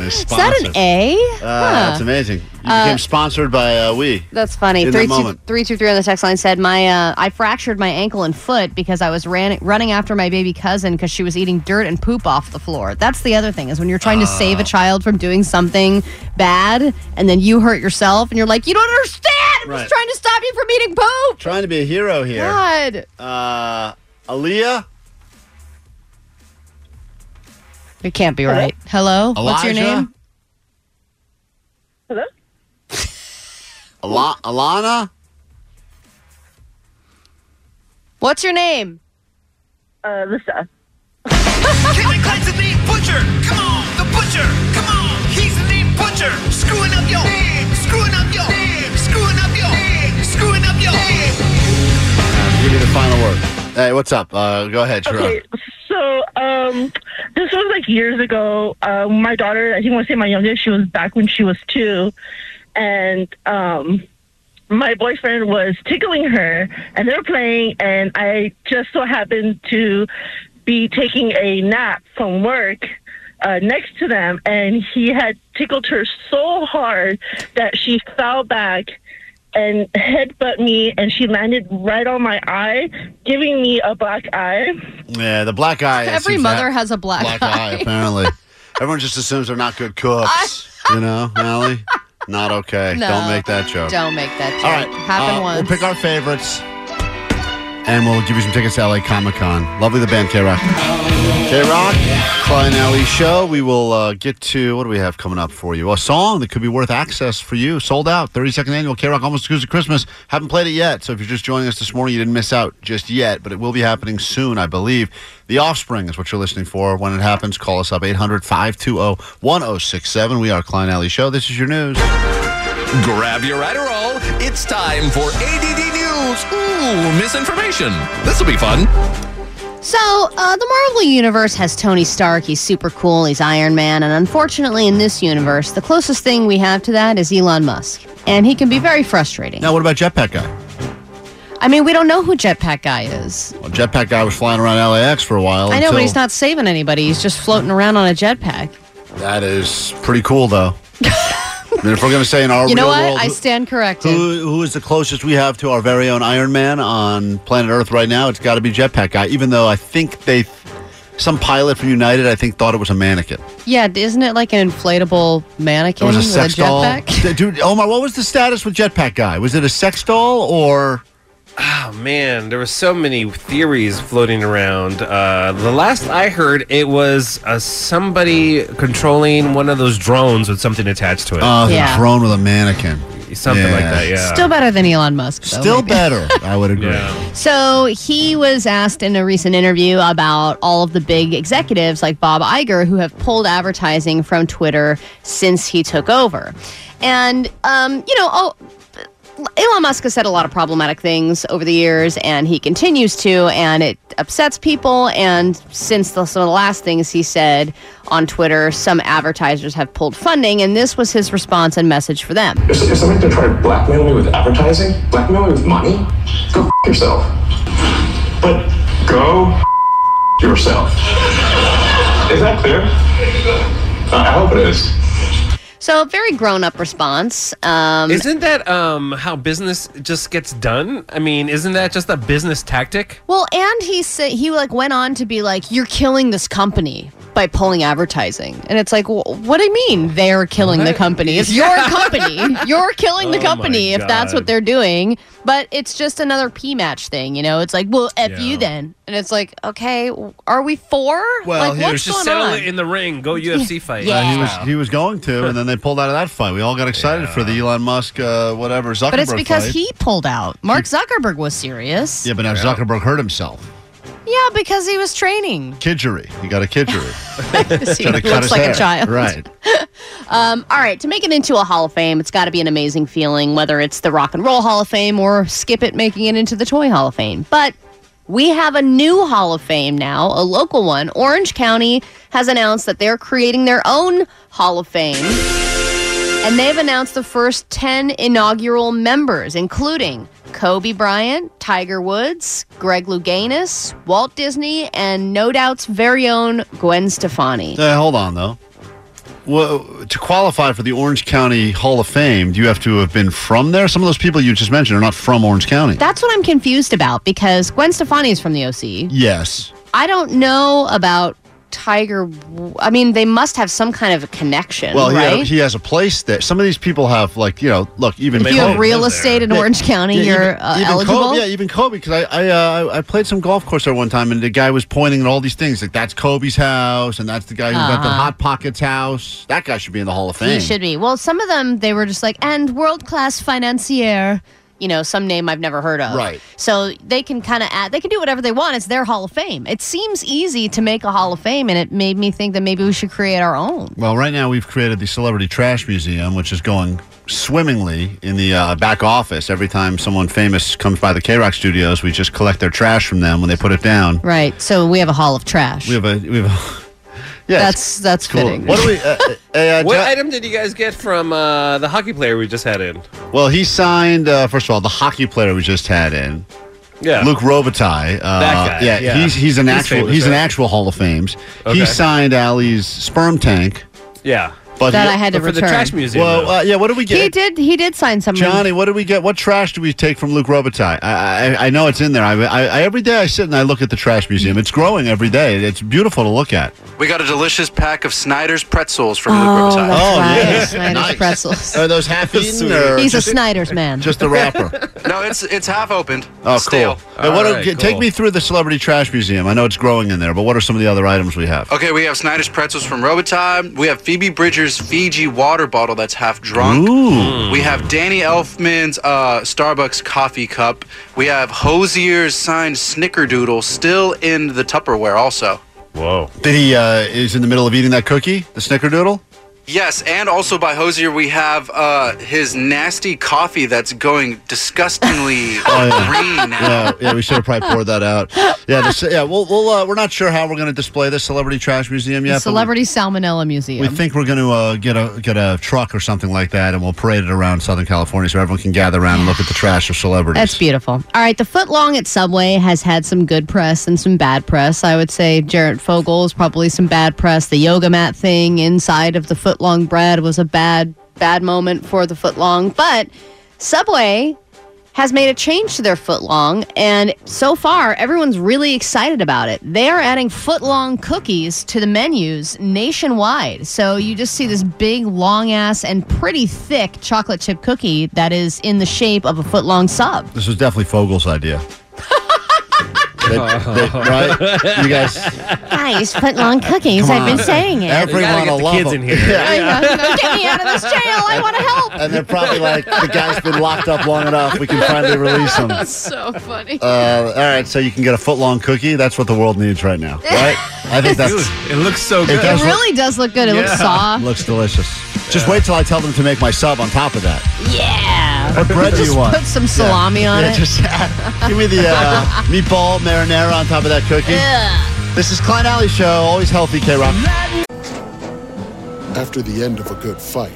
Is that an A? Uh, That's amazing. You Uh, became sponsored by uh, We. That's funny. In that Three two- moment. three two three on the text line said, "My uh, I fractured my ankle and foot because I was ran, running after my baby cousin because she was eating dirt and poop off the floor. That's the other thing is when you're trying to Ah. save a child from doing something bad and then you hurt yourself and you're like, you don't understand. I'm Right. just trying to stop you from eating poop. Trying to be a hero here. Oh. God, Uh, Aaliyah? it can't be right. Hello, Oh, what's your Elijah? name? Hello? Ala- Alana? What's your name? Uh, Lisa. Kevin Klein's a name butcher. Come on, the butcher. Come on, he's a name butcher. Screwing up your name. Screwing up your name. Screwing up your name. Screwing up your name. Uh, give me the final word. Hey, what's up? Uh, go ahead, Sharon. Okay, so um, this was like years ago. Um, my daughter, I think I want to say my youngest, she was back when she was two, and um, my boyfriend was tickling her, and they were playing, and I just so happened to be taking a nap from work. Uh, next to them, and he had tickled her so hard that she fell back and headbutt me, and she landed right on my eye, giving me a black eye. Yeah, the black eye. it Every seems to mother have- has a black eye. eye. apparently. Everyone just assumes they're not good cooks. you know, Allie? Not okay. No. Don't make that joke. Don't make that joke. All right. happen uh, once. We'll pick our favorites. And we'll give you some tickets to LA Comic Con. Lovely the band, K Rock. K Rock, Klein Alley Show. We will uh, get to what do we have coming up for you? A song that could be worth access for you. Sold out. 32nd annual K Rock Almost Acoustic Christmas. Haven't played it yet. So if you're just joining us this morning, you didn't miss out just yet, but it will be happening soon, I believe. The Offspring is what you're listening for. When it happens, call us up 800 520 1067. We are Klein Alley Show. This is your news. Grab your Adderall. It's time for ADD News. Ooh, misinformation. This will be fun. So, uh, the Marvel Universe has Tony Stark. He's super cool. He's Iron Man. And unfortunately, in this universe, the closest thing we have to that is Elon Musk. And he can be very frustrating. Now, what about Jetpack Guy? I mean, we don't know who Jetpack Guy is. Well, Jetpack Guy was flying around LAX for a while. I know, until- but he's not saving anybody. He's just floating around on a jetpack. That is pretty cool, though. I mean, if we're going to say in our you know real what? world, I stand corrected. who, who is the closest we have to our very own Iron Man on planet Earth right now? It's got to be Jetpack Guy, even though I think they, some pilot from United, I think, thought it was a mannequin. yeah, isn't it like an inflatable It mannequin was a with sex a doll. jetpack? D- Dude, Omar, what was the status with Jetpack Guy? Was it a sex doll or. Oh man, there were so many theories floating around. Uh, the last I heard, it was uh, somebody controlling one of those drones with something attached to it. Oh, Yeah. a drone with a mannequin. Something like that, yeah. Still better than Elon Musk. Though, Still maybe. better, I would agree. So he was asked in a recent interview about all of the big executives like Bob Iger who have pulled advertising from Twitter since he took over. And, um, you know, oh, Elon Musk has said a lot of problematic things over the years, and he continues to, and it upsets people. And since the, some of the last things he said on Twitter, some advertisers have pulled funding, and this was his response and message for them. If, if somebody's gonna try to blackmail me with advertising, blackmail me with money, go f- yourself. But go f- yourself. Is that clear? I I hope it is. So, a very grown up response. Um, Isn't that um, how business just gets done? I mean, isn't that just a business tactic? Well, and he said he like went on to be like, "You're killing this company by pulling advertising," and it's like, wh- what do you mean they're killing the company? It's your Yeah. company. You're killing the Oh, my company if that's what God. they're doing. But it's just another P match thing, you know? It's like, well, f you then, and it's like, okay, w- are we four? Well, like, it was what's just going settle on? it in the ring, go UFC fight. Uh, he was he was going to, and then they pulled out of that fight. We all got excited for the Elon Musk, uh, whatever Zuckerberg. But it's because fight. he pulled out. Mark Zuckerberg was serious. Yeah, but now Zuckerberg hurt himself. Yeah, because he was training. Kidgery. He got a kidgery. Because he Tried to cut looks his like a hair. child. Right. Um, all right, to make it into a Hall of Fame, it's got to be an amazing feeling, whether it's the Rock and Roll Hall of Fame or skip it making it into the Toy Hall of Fame. But we have a new Hall of Fame now, a local one. Orange County has announced that they're creating their own Hall of Fame. And they've announced the first 10 inaugural members, including Kobe Bryant, Tiger Woods, Greg Louganis, Walt Disney, and no doubt's very own Gwen Stefani. Uh, hold on, though. Well, to qualify for the Orange County Hall of Fame, do you have to have been from there? Some of those people you just mentioned are not from Orange County. That's what I'm confused about because Gwen Stefani is from the OC. Yes. I don't know about Tiger. Wo- I mean, they must have some kind of a connection, Well, he, right? he has a place there. Some of these people have, like, you know, look, even if you have Kobe- real estate in Yeah, Orange County, yeah, you're even- uh, even Kobe- eligible. yeah, even Kobe, because I I, uh, I I played some golf course there one time, and the guy was pointing at all these things, like that's Kobe's house, and that's the guy who got the Uh-huh. Hot Pockets house. That guy should be in the Hall of Fame. He should be. Well, some of them they were just like, and world class financier. You know, some name I've never heard of. Right. So they can kind of add, they can do whatever they want. It's their Hall of Fame. It seems easy to make a Hall of Fame, and it made me think that maybe we should create our own. Well, right now we've created the Celebrity Trash Museum, which is going swimmingly in the uh, back office. Every time someone famous comes by the K Rock Studios, we just collect their trash from them when they put it down. Right. So we have a Hall of Trash. We have a we have a yeah. that's that's cool. fitting. What do we? Uh, uh, what Ja- item did you guys get from uh, the hockey player we just had in? Well, he signed uh, first of all the hockey player we just had in. Yeah. Luke Robitaille. Uh, That guy, Yeah, yeah. he's he's an He's actual famous, he's an right? actual Hall of Fames. Okay. He signed Ali's sperm tank, Yeah. but That he- I had to But for the return. trash museum, Well, though. uh, yeah. What did we He get? did. He did sign something. Johnny, what did we get? What trash do we take from Luke Robitaille? I, I, I know it's in there. I, I, I every day I sit and I look at the trash museum. It's growing every day. It's beautiful to look at. We got a delicious pack of Snyder's pretzels from Oh, Luke Riverside. that's Oh, right. yeah. Snyder's pretzels. Are those half eaten? or He's a just- Snyder's man. Just the wrapper. no, it's it's half opened. Oh, Stale. cool. Hey, what are- Take me through the Celebrity Trash Museum. I know it's growing in there, but what are some of the other items we have? Okay, we have Snyder's pretzels from Robotime. We have Phoebe Bridgers' Fiji water bottle that's half drunk. Ooh. We have Danny Elfman's uh, Starbucks coffee cup. We have Hosier's signed snickerdoodle still in the Tupperware also. Whoa. Did he uh, is in the middle of eating that cookie, the snickerdoodle? Yes, and also by Hosier we have uh, his nasty coffee that's going disgustingly green now. Oh, yeah, yeah, we should have probably poured that out. Yeah, this, yeah. We'll, we'll uh, we're not sure how we're going to display this celebrity trash museum The yet. but we- Celebrity Salmonella Museum. We think we're going to uh, get a get a truck or something like that, and we'll parade it around Southern California so everyone can gather around and look at the trash of celebrities. That's beautiful. All right, the foot long at Subway has had some good press and some bad press. I would say Jarrett Fogel's probably some bad press. The yoga mat thing inside of the foot long bread was a bad bad moment for the foot long, but Subway has made a change to their foot long and so far everyone's really excited about it. They are adding foot long cookies to the menus nationwide. So you just see this big long ass and pretty thick chocolate chip cookie that is in the shape of a foot long sub. This was definitely Fogel's idea. They- they- right? You guys, Guys, foot long cookies. Come I've been on. saying it. Everyone will love them. Yeah. I know, you know, Get me out of this jail. I want to help. And they're probably like, the guy's been locked up long enough. We can finally release him. That's so funny. Uh, all right, so you can get a foot long cookie. That's what the world needs right now, right? I think that's. Dude, it looks so it really does look good. It looks soft. Looks delicious. Just wait till I tell them to make my sub on top of that. Yeah. What bread do Just you want? Put some salami Yeah. on Yeah, it. just Give me the uh, meatball marinara on top of that cookie. This is Klein Alley Show. Always healthy, K Rock. After the end of a good fight,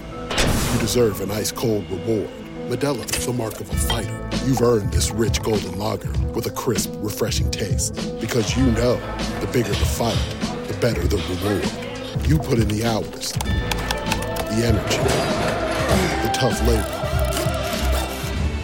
you deserve an ice cold reward. Medella is the mark of a fighter. You've earned this rich golden lager with a crisp, refreshing taste. Because you know the bigger the fight, the better the reward. You put in the hours, the energy, the tough labor.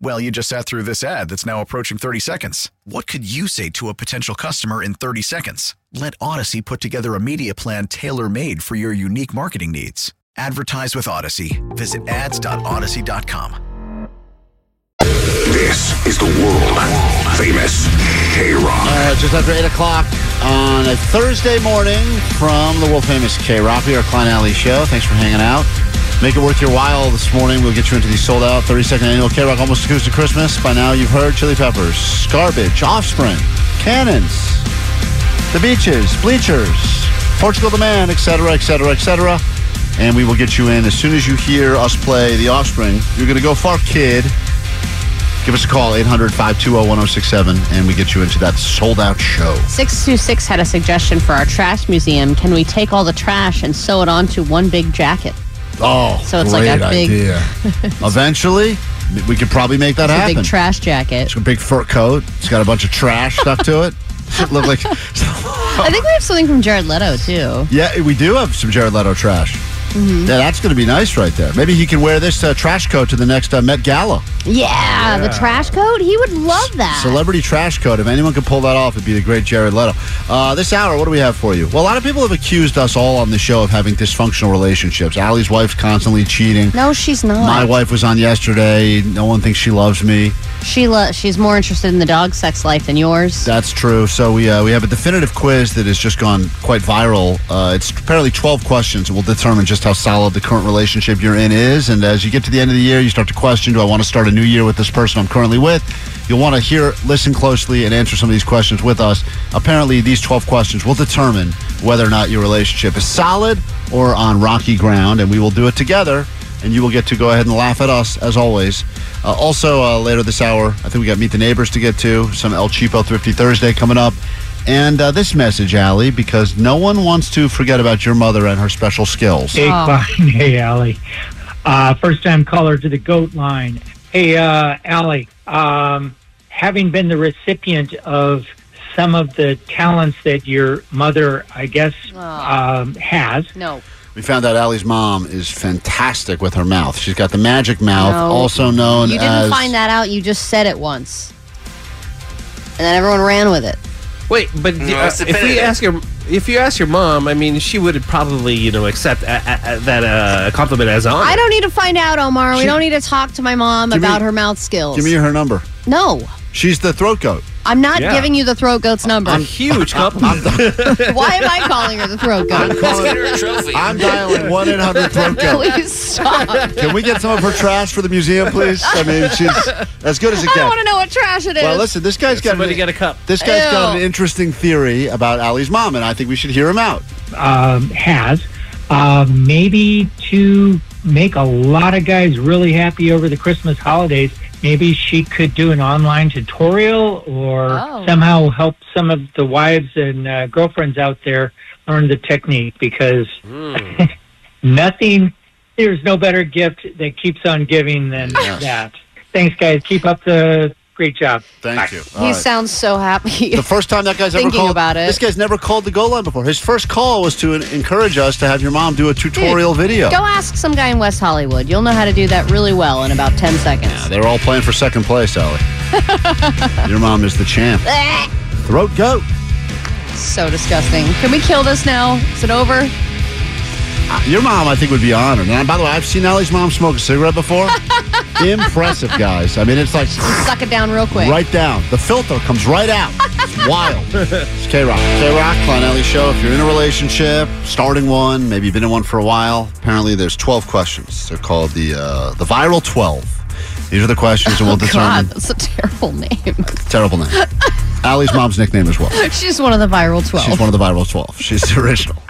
Well, you just sat through this ad that's now approaching 30 seconds. What could you say to a potential customer in 30 seconds? Let Odyssey put together a media plan tailor made for your unique marketing needs. Advertise with Odyssey. Visit ads.odyssey.com. This is the world famous K Rock. Uh, just after 8 o'clock on a Thursday morning from the world famous K Rock, our Klein Alley Show. Thanks for hanging out. Make it worth your while this morning. We'll get you into the sold out 32nd annual K Rock Almost Acoustic Christmas. By now, you've heard Chili Peppers, Garbage, Offspring, Cannons, The Beaches, Bleachers, Portugal the Man, etc., etc., etc. And we will get you in as soon as you hear us play The Offspring. You're going to go far, kid. Give us a call, 800 520 1067, and we get you into that sold out show. 626 had a suggestion for our trash museum. Can we take all the trash and sew it onto one big jacket? Oh, So it's like great a big- idea. Eventually, we could probably make that It's happen. a big trash jacket. It's a big fur coat. It's got a bunch of trash stuck to it. Does it look like I think we have something from Jared Leto too. yeah, we do have some Jared Leto trash. Mhm. Yeah, that's going to be nice right there. Maybe he can wear this uh, trash coat to the next uh, Met Gala. Yeah, the Yeah. trash coat. He would love that. Celebrity trash coat. If anyone could pull that off, it'd be the great Jared Leto. Uh, this hour, what do we have for you? Well, a lot of people have accused us all on the show of having dysfunctional relationships. Allie's wife's constantly cheating. No, she's not. My wife was on yesterday. No one thinks she loves me. Sheila, she's more interested in the dog sex life than yours. That's true. So we uh, we have a definitive quiz that has just gone quite viral. Uh, it's apparently 12 questions that will determine just how solid the current relationship you're in is. And as you get to the end of the year, you start to question, do I want to start a new year with this person I'm currently with? You'll want to hear, listen closely, and answer some of these questions with us. Apparently, these 12 questions will determine whether or not your relationship is solid or on rocky ground, and we will do it together. And you will get to go ahead and laugh at us as always. Uh, also, uh, later this hour, I think we got Meet the Neighbors to get to, some El Cheapo Thrifty Thursday coming up. And uh, this message, Allie, because no one wants to forget about your mother and her special skills. Hey, Oh. Klein. Hey, Allie. Uh, first time caller to the GOAT line. Hey, uh, Allie, um, having been the recipient of some of the talents that your mother, I guess, um, has. No. We found out Allie's mom is fantastic with her mouth. She's got the magic mouth, No. also known You didn't as. find that out. You just said it once, and then everyone ran with it. Wait, but No, uh, it's if we definitive. ask your if you ask your mom, I mean, she would probably you know accept a, a, a- that uh, compliment as honor. I don't need to find out, Omar. We She- don't need to talk to my mom Oh, Give me- about her mouth skills. Give me her number. no, She's the throat goat. I'm not Yeah. giving you the throat goat's number. huge compliment. Why am I calling her the throat goat? I'm calling her a trophy. I'm dialing 1 800 throat goat. Please stop. Can we get some of her trash for the museum, please? I mean, she's as good as it I gets. want to know what trash it is. Well, listen, this guy's got somebody get a cup. This guy's got Ew. an interesting theory about Ali's mom, and I think we should hear him out. um, has, uh, maybe to make a lot of guys really happy over the Christmas holidays. Maybe she could do an online tutorial or Oh. somehow help some of the wives and uh, girlfriends out there learn the technique because Hmm. nothing, there's no better gift that keeps on giving than Yes. that. Thanks, guys. Keep up the great job. Thank you. He sounds so happy. The first time that guy's ever Thinking called about it. This guy's never called the goal line before. His first call was to en- encourage us to have your mom do a tutorial Dude, video. Go ask some guy in West Hollywood. You'll know how to do that really well in about 10 seconds. They're all playing for second place, Ali. your mom is the champ. Throat goat. so disgusting. Can we kill this now? Is it over? Your mom, I think, would be honored. And by the way, I've seen Ali's mom smoke a cigarette before. Impressive, guys. I mean, it's like Suck it down real quick. right down. The filter comes right out. It's wild. It's K Rock. K Rock, Klein Alley Show. If you're in a relationship, starting one, maybe you've been in one for a while, apparently there's 12 questions. They're called the uh, the Viral 12. These are the questions that will Oh, determine. God, that's a terrible name. Terrible name. Allie's mom's nickname as well. She's one of the viral 12. She's one of the viral 12. She's the original.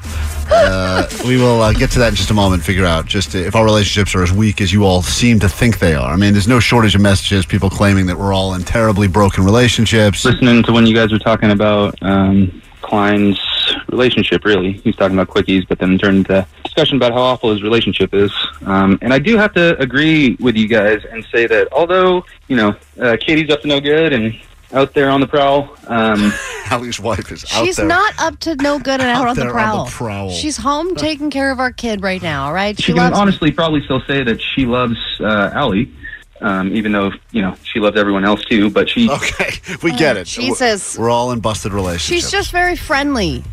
Uh, we will uh, get to that in just a moment and figure out just if our relationships are as weak as you all seem to think they are. I mean, there's no shortage of messages, people claiming that we're all in terribly broken relationships. listening to when you guys were talking about um, Klein's relationship, really. He was talking about quickies, but then turned to discussion about how awful his relationship is. Um, and I do have to agree with you guys and say that although, you know, uh, Katie's up to no good and out there on the prowl. Um, Allie's wife is She's not up to no good and out, Out on, the there on prowl. the prowl. She's home taking care of our kid right now, all right? She, can loves honestly probably still say that she loves uh, Allie. Um, even though you know she loves everyone else too, but she okay, we get it. Jesus. We're all in busted relationships. She's just very friendly.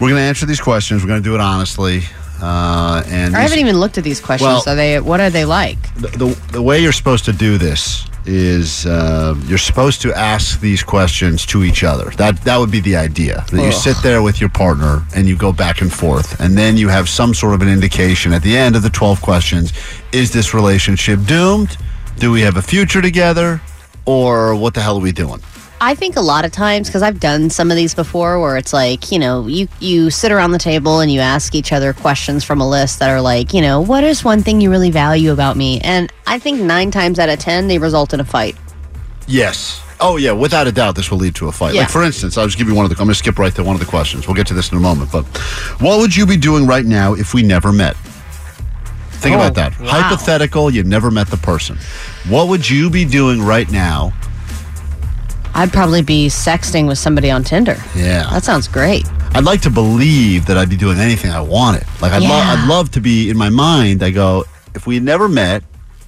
We're going to answer these questions. We're going to do it honestly. Uh, and I these- haven't even looked at these questions. Well- are they? What are they like? the, the, the way you're supposed to do this is uh, you're supposed to ask these questions to each other. That that would be the idea. That you Ugh. sit there with your partner and you go back and forth, and then you have some sort of an indication at the end of the 12 questions: Is this relationship doomed? Do we have a future together? Or what the hell are we doing? I think a lot of times because I've done some of these before, where it's like you know you you sit around the table and you ask each other questions from a list that are like you know what is one thing you really value about me, and I think nine times out of ten they result in a fight. Yes. Oh yeah, without a doubt, this will lead to a fight. Yeah. Like for instance, I'll just give you one of the. I'm going to skip right to one of the questions. We'll get to this in a moment. But what would you be doing right now if we never met? Think Oh, about that. Hypothetical. You never met the person. What would you be doing right now? I'd probably be sexting with somebody on Tinder. Yeah. That sounds great. I'd like to believe that I'd be doing anything I wanted. Like I'd, lo- Yeah. I'd love to be in my mind. I go, if we never met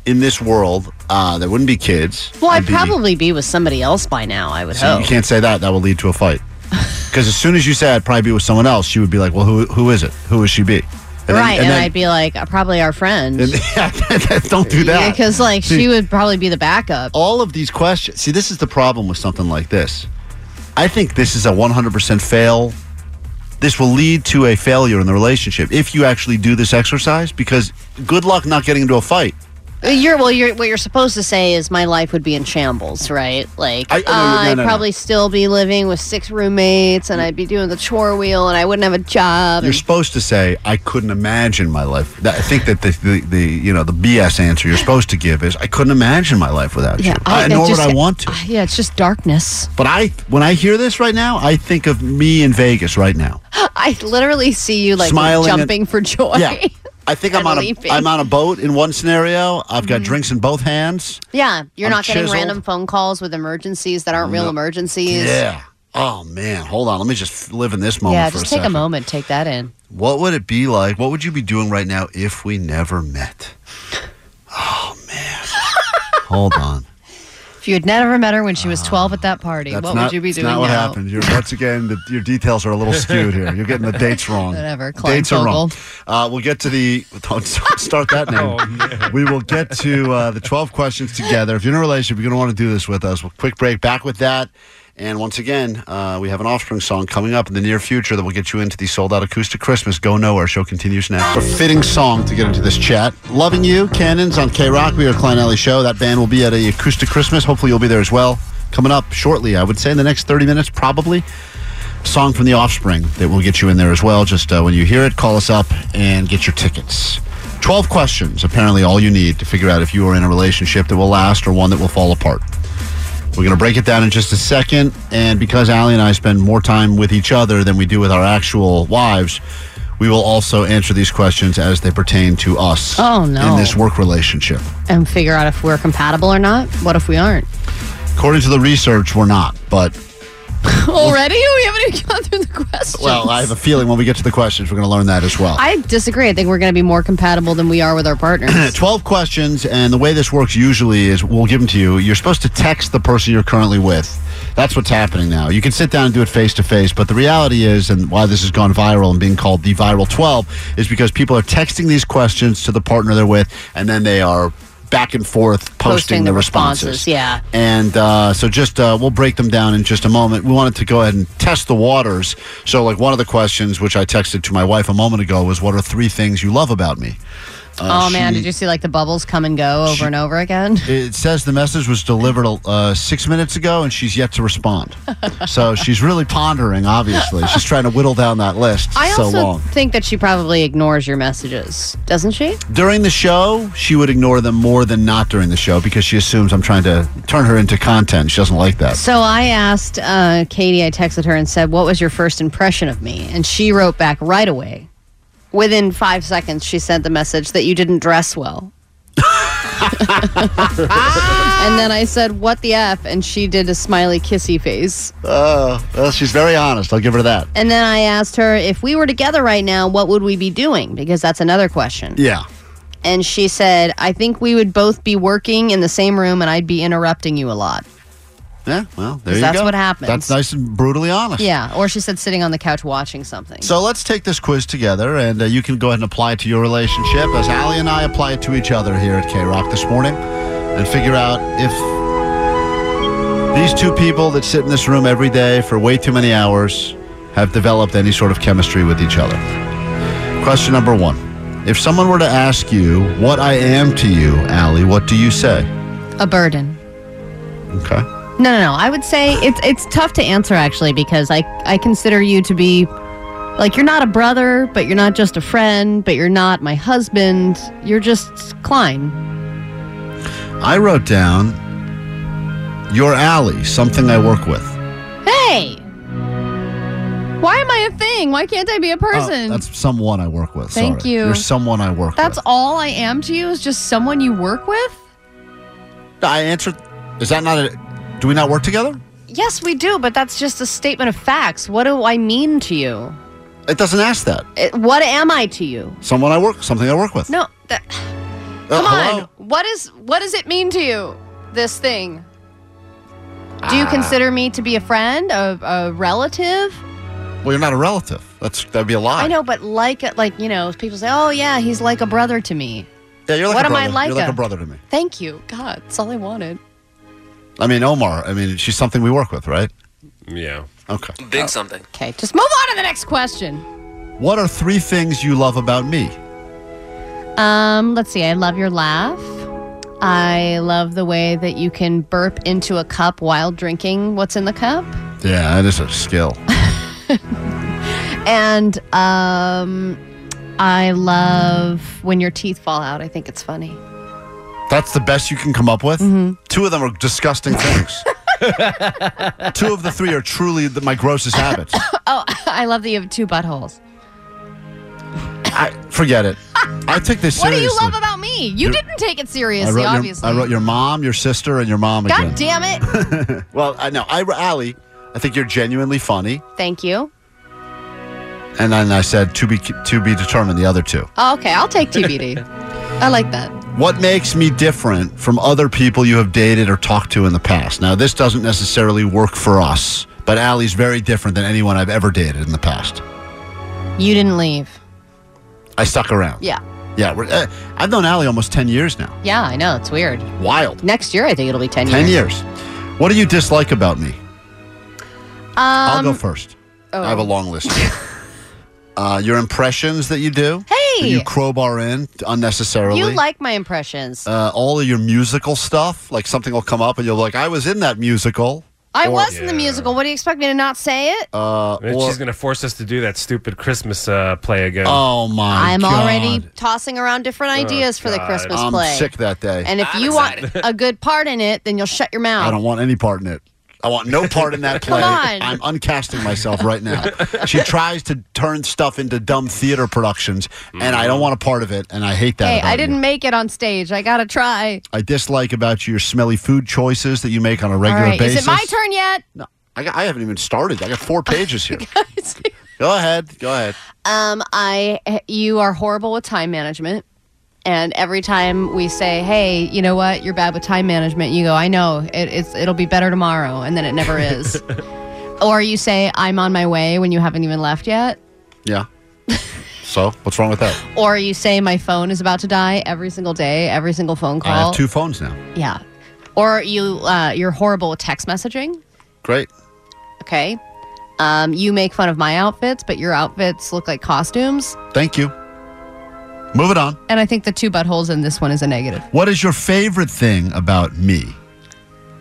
in this world, uh, there wouldn't be kids. Well, I'd be- probably be with somebody else by now. I would So you hope. can't say that. That will lead to a fight. Because as soon as you say I'd probably be with someone else, she would be like, "Well, who who is it? Who is she be?" then- right, and, then- I'd be like, uh, probably our friend. and- yeah, don't do that. Because, like, See, she would probably be the backup. All of these questions. See, this is the problem with something like this. I think this is a 100% fail. This will lead to a failure in the relationship if you actually do this exercise. Because good luck not getting into a fight. Uh, You're well. You're what you're supposed to say is my life would be in shambles, right? Like I, I- oh, no, no, would no, no. probably still be living with six roommates, and I'd be doing the chore wheel, and I wouldn't have a job. You're and- supposed to say, "I couldn't imagine my life." That- I think that the, the, the you know the BS answer you're supposed to give is, "I couldn't imagine my life without you." I, nor would just- I want to. Yeah, it's just darkness. But I, when I hear this right now, I think of me in Vegas right now. I literally see you like Smiling and- jumping for joy. Yeah. I think I'm And on a, leaping. I'm on a boat in one scenario. I've Mm-hmm. got drinks in both hands. Yeah, you're I'm not getting chiseled. random phone calls with emergencies that aren't real No. emergencies. Yeah. Oh man, hold on. Let me just f- live in this moment Yeah, for just a take a second. moment, take that in. what would it be like? What would you be doing right now if we never met? Oh man. hold on. If you had never met her when she was 12 at that party, That's what not, would you be it's doing not what now? happened. You're, once again, the, your details are a little skewed here. You're getting the dates wrong. Whatever, dates are wrong. Uh, we'll get to the. Don't start start that now. we will get to uh, the 12 questions together. If you're in a relationship, you're going to want to do this with us. We'll quick break back with that. And once again, uh, we have an offspring song coming up in the near future that will get you into the sold out acoustic Christmas. Go nowhere. Show continues now. A fitting song to get into this chat. Loving You, Cannons on K Rock. We are Klein Alley Show. That band will be at a acoustic Christmas. Hopefully, you'll be there as well. Coming up shortly, I would say in the next 30 minutes, probably song from The Offspring that will get you in there as well. Just uh, when you hear it, call us up and get your tickets. 12 questions, apparently, all you need to figure out if you are in a relationship that will last or one that will fall apart. We're going to break it down in just a second. And because Allie and I spend more time with each other than we do with our actual wives, we will also answer these questions as they pertain to us Oh, no. in this work relationship. And figure out if we're compatible or not. What if we aren't? According to the research, we're not, but Already? We haven't even gone through the questions. well, I have a feeling when we get to the questions, we're going to learn that as well. I disagree. I think we're going to be more compatible than we are with our partners. 12 questions, and the way this works usually is we'll give them to you. You're supposed to text the person you're currently with. That's what's happening now. You can sit down and do it face to face, but the reality is, and why this has gone viral and being called the viral 12, is because people are texting these questions to the partner they're with, and then they are back and forth posting, the, responses. Yeah. And uh, so just uh, we'll break them down in just a moment. We wanted to go ahead and test the waters. So, like, one of the questions which I texted to my wife a moment ago was, What are three things you love about me? Uh, oh, man. she- Did you see like the bubbles come and go over and over again? it says the message was delivered uh, six minutes ago, and she's yet to respond. so she's really pondering. Obviously, she's trying to whittle down that list I so also long. think that she probably ignores your messages, doesn't she? During the show, she would ignore them more than not during the show because she assumes I'm trying to turn her into content. She doesn't like that. So I asked uh, Katie, I texted her and said, What was your first impression of me? And she wrote back right away. Within five seconds, she sent the message that you didn't dress well. and then I said, What the F? And she did a smiley kissy face. Uh, well, she's very honest. I'll give her that. And then I asked her, If we were together right now, what would we be doing? Because that's another question. Yeah. And she said, I think we would both be working in the same room and I'd be interrupting you a lot. Yeah. Well, there 'Cause you that's go. what happens. That's nice and brutally honest. Yeah. Or she said, Sitting on the couch watching something. So let's take this quiz together, and uh, you can go ahead and apply it to your relationship as Allie and I apply it to each other here at K Rock this morning and figure out if These two people that sit in this room every day for way too many hours have developed any sort of chemistry with each other. Question number one If someone were to ask you what I am to you, Allie, what do you say? A burden. Okay. No, no, no. I would say it's it's tough to answer actually because I I consider you to be like you're not a brother, but you're not just a friend, but you're not my husband. You're just Klein. I wrote down your Allie, something I work with. Hey! Why am I a thing? Why can't I be a Oh, person? That's someone I work with. Thank Sorry. you. You're someone I work That's all I am to you is just someone you work with? with. I answered. Is that not a. Do we not work together? Yes, we do, but that's just a statement of facts. What do I mean to you? It doesn't ask that. It- what am I to you? Someone I work, something I work with. No, that, Uh, Come hello? on. What is what does it mean to you? This thing. do you Ah. consider me to be a friend, a, a relative? Well, you're not a relative. That's that'd be a lie. I know, but like, like you know, people say, "Oh yeah, he's like a brother to me." Yeah, you're like What a am I brother. like You're like a- a brother to me. Thank you, God. That's all I wanted. I mean, Omar. I mean, she's something we work with, right? Yeah. Okay. Uh, Big something. Okay, just move on to the next question. What are three things you love about me? Um, let's see. I love your laugh. I love the way that you can burp into a cup while drinking what's in the cup. Yeah, that is a skill. And um, I love when your teeth fall out. I think it's funny. That's the best you can come up with. Mm-hmm. Two of them are disgusting things. Two of the three are truly the, my grossest habits. oh, I love that you have two buttholes. I forget it. I took this What do seriously. you love about me? You You're- didn't take it I seriously, wrote, your, obviously. I wrote your mom, your sister, and your mom God again. damn it. well, I know. I, Allie, I think you're genuinely funny, Thank you. and then I said to be to be determined. The other two. Oh, okay, I'll take TBD. I like that. What makes me different from other people you have dated or talked to in the past? Now, this doesn't necessarily work for us, but Allie's very different than anyone I've ever dated in the past. You didn't leave. I stuck around. Yeah. Yeah, we're, eh, I've known Allie almost 10 years now. Yeah, I know. It's weird. Wild. Next year, I think it'll be 10 years. 10 years. What do you dislike about me? Um, I'll go first. oh. I have a long list. uh, your impressions that you do. Hey! That you crowbar in unnecessarily. You like my impressions. uh, all of your musical stuff. Like something will come up and you'll be like, I was in that musical. I Or- was in the musical. What do you expect me to not say it? Uh, And or- she's gonna force us to do that stupid Christmas uh, play again. Oh my! Oh, I'm already tossing around different ideas for the Christmas I'm play. sick that day. And if you want a good part in it, then you'll shut your mouth. I don't want any part in it. I want no part in that Come play. on. I'm uncasting myself right now. she tries to turn stuff into dumb theater productions, and I don't want a part of it. And I hate that. hey, about I you. didn't make it on stage. I gotta try. I dislike about you your smelly food choices that you make on a regular All right, basis. is it my turn yet? No. I, got- I haven't even started. I got four pages here. Go ahead. Go ahead. Um, I you are horrible with time management, and every time we say, "Hey, you know what? You're bad with time management," you go, "I know. It, it's it'll be better tomorrow," and then it never is. or you say, "I'm on my way" when you haven't even left yet. Yeah. so what's wrong with that? Or you say, "My phone is about to die" every single day, every single phone call. I have two phones now. Yeah. Or you uh, you're horrible with text messaging. Great. Okay. Um, you make fun of my outfits, but your outfits look like costumes. Thank you. Move it on. And I think the two buttholes in this one is a negative. What is your favorite thing about me?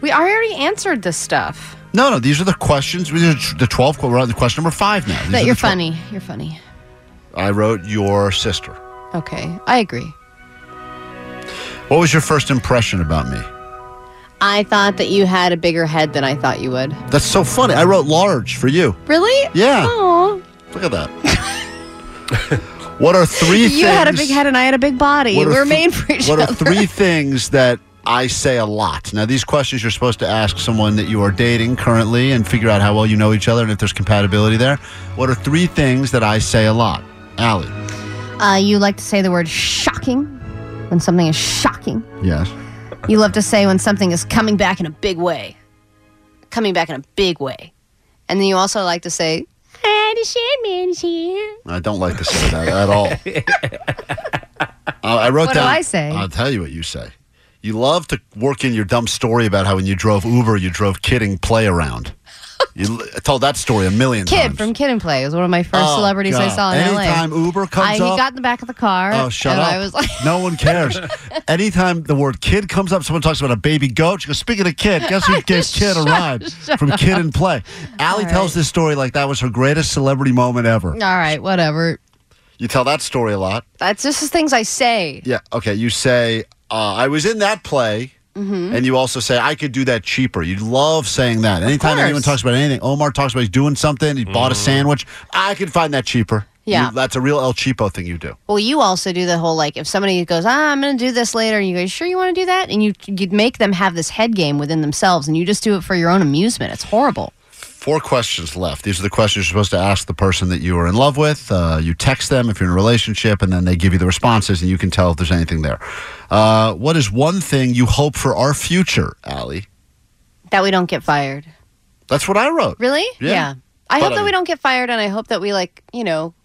We already answered this stuff. No, no. These are the questions. These are tr- the twelve. que- We're on the question number five now. These are that the you're 12. funny. You're funny. I wrote your sister. Okay. I agree. What was your first impression about me? I thought that you had a bigger head than I thought you would. That's so funny. I wrote large for you. Really? Yeah. Aw. Look at that. what are three? You things, had a big head and I had a big body. what are We're thr- made for each What other. are three things that I say a lot? Now, these questions you're supposed to ask someone that you are dating currently and figure out how well you know each other and if there's compatibility there. What are three things that I say a lot, Allie? Uh, you like to say the word shocking when something is shocking. Yes. You love to say when something is coming back in a big way. Coming back in a big way. And then you also like to say, "Ah, the shaman's here. I don't like to say that at all. Uh, I wrote What do down. I say? I'll tell you what you say. You love to work in your dumb story about how when you drove Uber, you drove kidding play around. you l- told that story a million times. Kid from Kid and Play was one of my first Oh, celebrities I God. saw in Anytime LA. Uber comes I, up- he got in the back of the car. Oh, shut and up. I was like, no one cares. Anytime the word kid comes up, someone talks about a baby goat. She goes, Speaking of kid, guess who gave kid a shut- ride shut from Kid up. and Play? Allie tells this story like that was her greatest celebrity moment ever. all right, whatever. You tell that story a lot. That's just the things I say. Yeah. Okay. You say, uh, I was in that play. Mhm. And you also say, I could do that cheaper. You love saying that. Anytime course. anyone talks about anything, Omar talks about he's doing something, he bought a sandwich. I could find that cheaper. Yeah. You- that's a real El Cheapo thing you do. Well, you also do the whole like if somebody goes, ah, I'm going to do this later, and you go, sure you want to do that, and you you make them have this head game within themselves, and you just do it for your own amusement. It's horrible. Four questions left. These are the questions you're supposed to ask the person that you are in love with. Uh, you text them if you're in a relationship, and then they give you the responses, and you can tell if there's anything there. Uh, what is one thing you hope for our future, Allie? That we don't get fired. That's what I wrote. Really? Yeah. I But hope that I- we don't get fired, and I hope that we like you know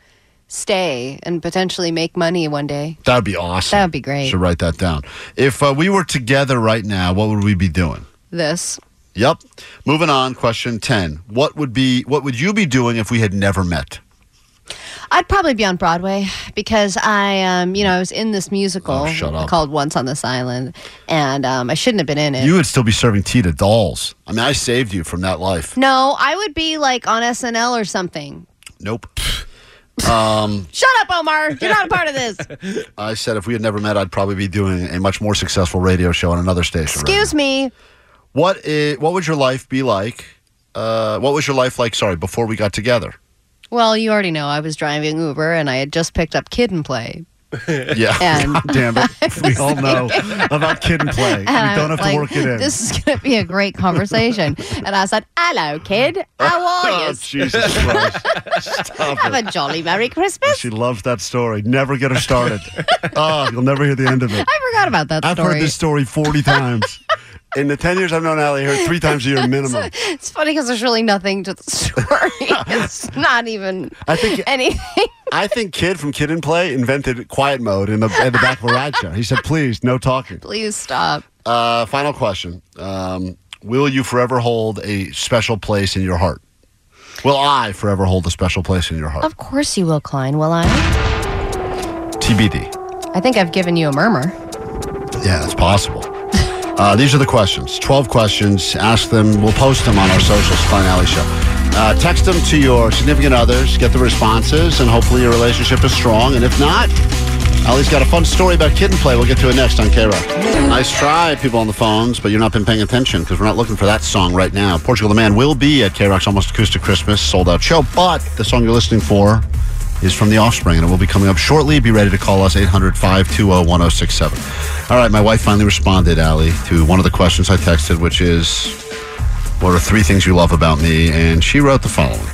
stay and potentially make money one day. That'd be awesome. That would be great. Should write that down. If uh, we were together right now, what would we be doing? This. Yep. Moving on. Question ten. What would be? What would you be doing if we had never met? I'd probably be on Broadway because I, um, you know, I was in this musical Oh, shut up. called Once on This Island, and um, I shouldn't have been in it. You would still be serving tea to dolls. I mean, I saved you from that life. no, I would be like on SNL or something. Nope. um, Shut up, Omar. You're not a part of this. I said if we had never met, I'd probably be doing a much more successful radio show on another station. right? Excuse me. What is? What would your life be like? Uh, what was your life like? Sorry, before we got together. Well, you already know I was driving Uber and I had just picked up Kid and Play. yeah. And- God damn it. We all know about kid and play. We And I don't have was to like, work it in. This is going to be a great conversation. and I said, "Hello, Kid. How are Oh, you? Jesus Christ. Stop Have it. a jolly merry Christmas." She loves that story. Never get her started. oh, you'll never hear the end of it. I forgot about that I've story. heard this story 40 times. In the 10 years I've known Allie, I heard three times a year minimum. It's funny because there's really nothing to the story. it's not even I think- anything. I think Kid from Kid and Play invented quiet mode in the, in the back of a ride share. He said, please, no talking. Please stop. Uh, final question um, Will you forever hold a special place in your heart? Will I forever hold a special place in your heart? Of course you will, Klein. Will I? TBD. I think I've given you a murmur. Yeah, that's possible. uh, these are the questions. 12 questions. Ask them. We'll post them on our socials, Klein Alley Show. Uh, text them to your significant others. Get the responses, and hopefully your relationship is strong. And if not, Allie's got a fun story about kid and play. We'll get to it next on K Rock. Nice try, people on the phones, but you've not been paying attention because we're not looking for that song right now. Portugal the Man will be at K Rock's Almost Acoustic Christmas sold out show, but the song you're listening for is from The Offspring, and it will be coming up shortly. Be ready to call us 800 520 1067. All right, my wife finally responded, Allie, to one of the questions I texted, which is What are three things you love about me? And she wrote the following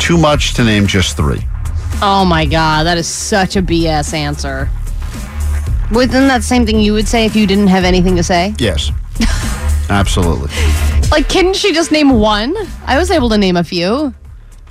Too much to name just three. Oh my god, that is such a BS answer. Wasn't that the same thing you would say if you didn't have anything to say? Yes. Absolutely. Like, couldn't she just name one? I was able to name a few.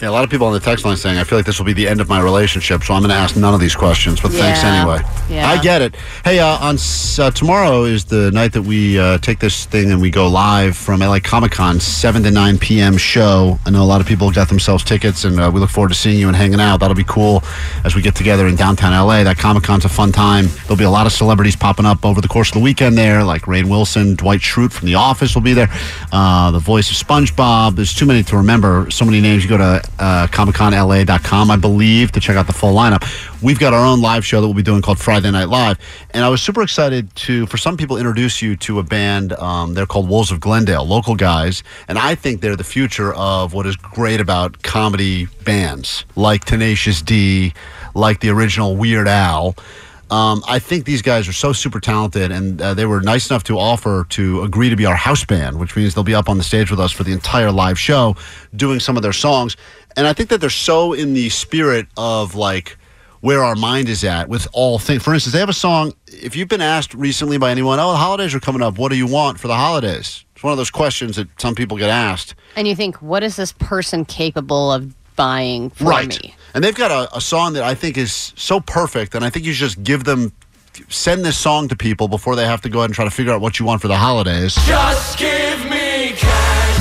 Yeah, a lot of people on the text line saying, I feel like this will be the end of my relationship, so I'm going to ask none of these questions, but thanks Yeah. anyway. Yeah. I get it. Hey, uh, on s- uh, tomorrow is the night that we uh, take this thing and we go live from LA Comic Con, 7 to 9 p.m. show. I know a lot of people got themselves tickets, and uh, we look forward to seeing you and hanging out. That'll be cool as we get together in downtown LA. That Comic Con's a fun time. There'll be a lot of celebrities popping up over the course of the weekend there, like Rain Wilson, Dwight Schrute from The Office will be there, uh, the voice of SpongeBob. There's too many to remember. So many names. You go to uh, ComicConLA.com, I believe, to check out the full lineup. We've got our own live show that we'll be doing called Friday Night Live, and I was super excited to, for some people, introduce you to a band. Um, they're called Wolves of Glendale, local guys, and I think they're the future of what is great about comedy bands like Tenacious D, like the original Weird Al. Um, I think these guys are so super talented, and uh, they were nice enough to offer to agree to be our house band, which means they'll be up on the stage with us for the entire live show, doing some of their songs. And I think that they're so in the spirit of like where our mind is at with all things. For instance, they have a song. If you've been asked recently by anyone, "Oh, the holidays are coming up. What do you want for the holidays?" It's one of those questions that some people get asked. And you think, what is this person capable of buying for right. me? And they've got a, a song that I think is so perfect, and I think you should just give them send this song to people before they have to go ahead and try to figure out what you want for the holidays. Just give me cash.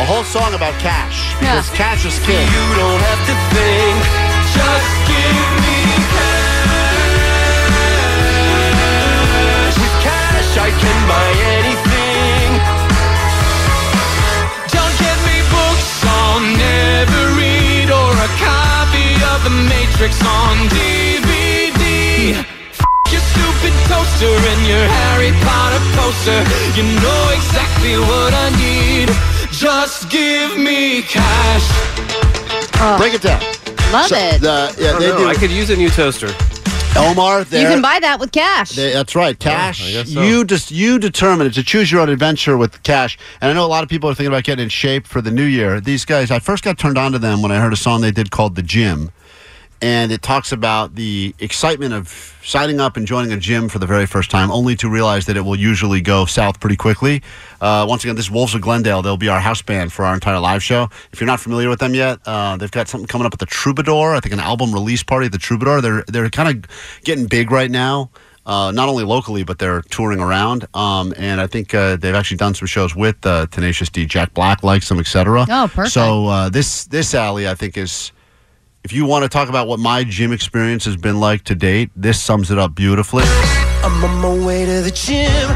A whole song about cash. Because cash is king. You don't have to think. Just give me cash. With cash, I can buy anything. Don't get me books I'll never read or a copy of The Matrix on DVD. F- your stupid toaster and your Harry Potter poster. You know exactly what I need. Just give me cash. Break it down. Oh. Love So, it. the- yeah, I don't they know. do. I could use a new toaster. Omar, you there. can buy that with cash. They- that's right, cash. I guess so. You just you determine it to choose your own adventure with cash. And I know a lot of people are thinking about getting in shape for the new year. These guys, I first got turned on to them when I heard a song they did called "The Gym," and it talks about the excitement of signing up and joining a gym for the very first time, only to realize that it will usually go south pretty quickly. Uh, once again, this Wolves of Glendale, they'll be our house band for our entire live show. If you're not familiar with them yet, uh, they've got something coming up at the Troubadour. I think an album release party at the Troubadour. They're they're kind of getting big right now uh, not only locally, but they're touring around. Um, and I think uh, they've actually done some shows with uh, Tenacious D. Jack Black likes them, etc. Oh, perfect. So uh, this this alley, I think, is if you want to talk about what my gym experience has been like to date, this sums it up beautifully. I'm on my way to the gym.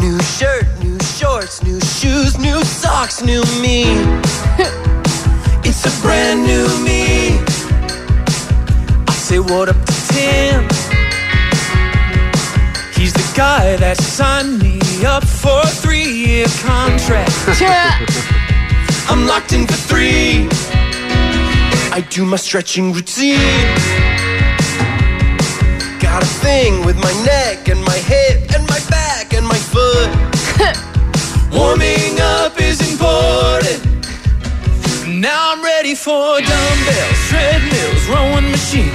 New shirt, new shorts, new shoes, new socks, new me. it's a brand new me. I say what up to Tim. He's the guy that signed me up for a three-year contract. I'm locked in for three. I do my stretching routine. Got a thing with my neck and my hip and my back and my foot. Warming up is important. Now I'm ready for dumbbells, treadmills, rowing machine.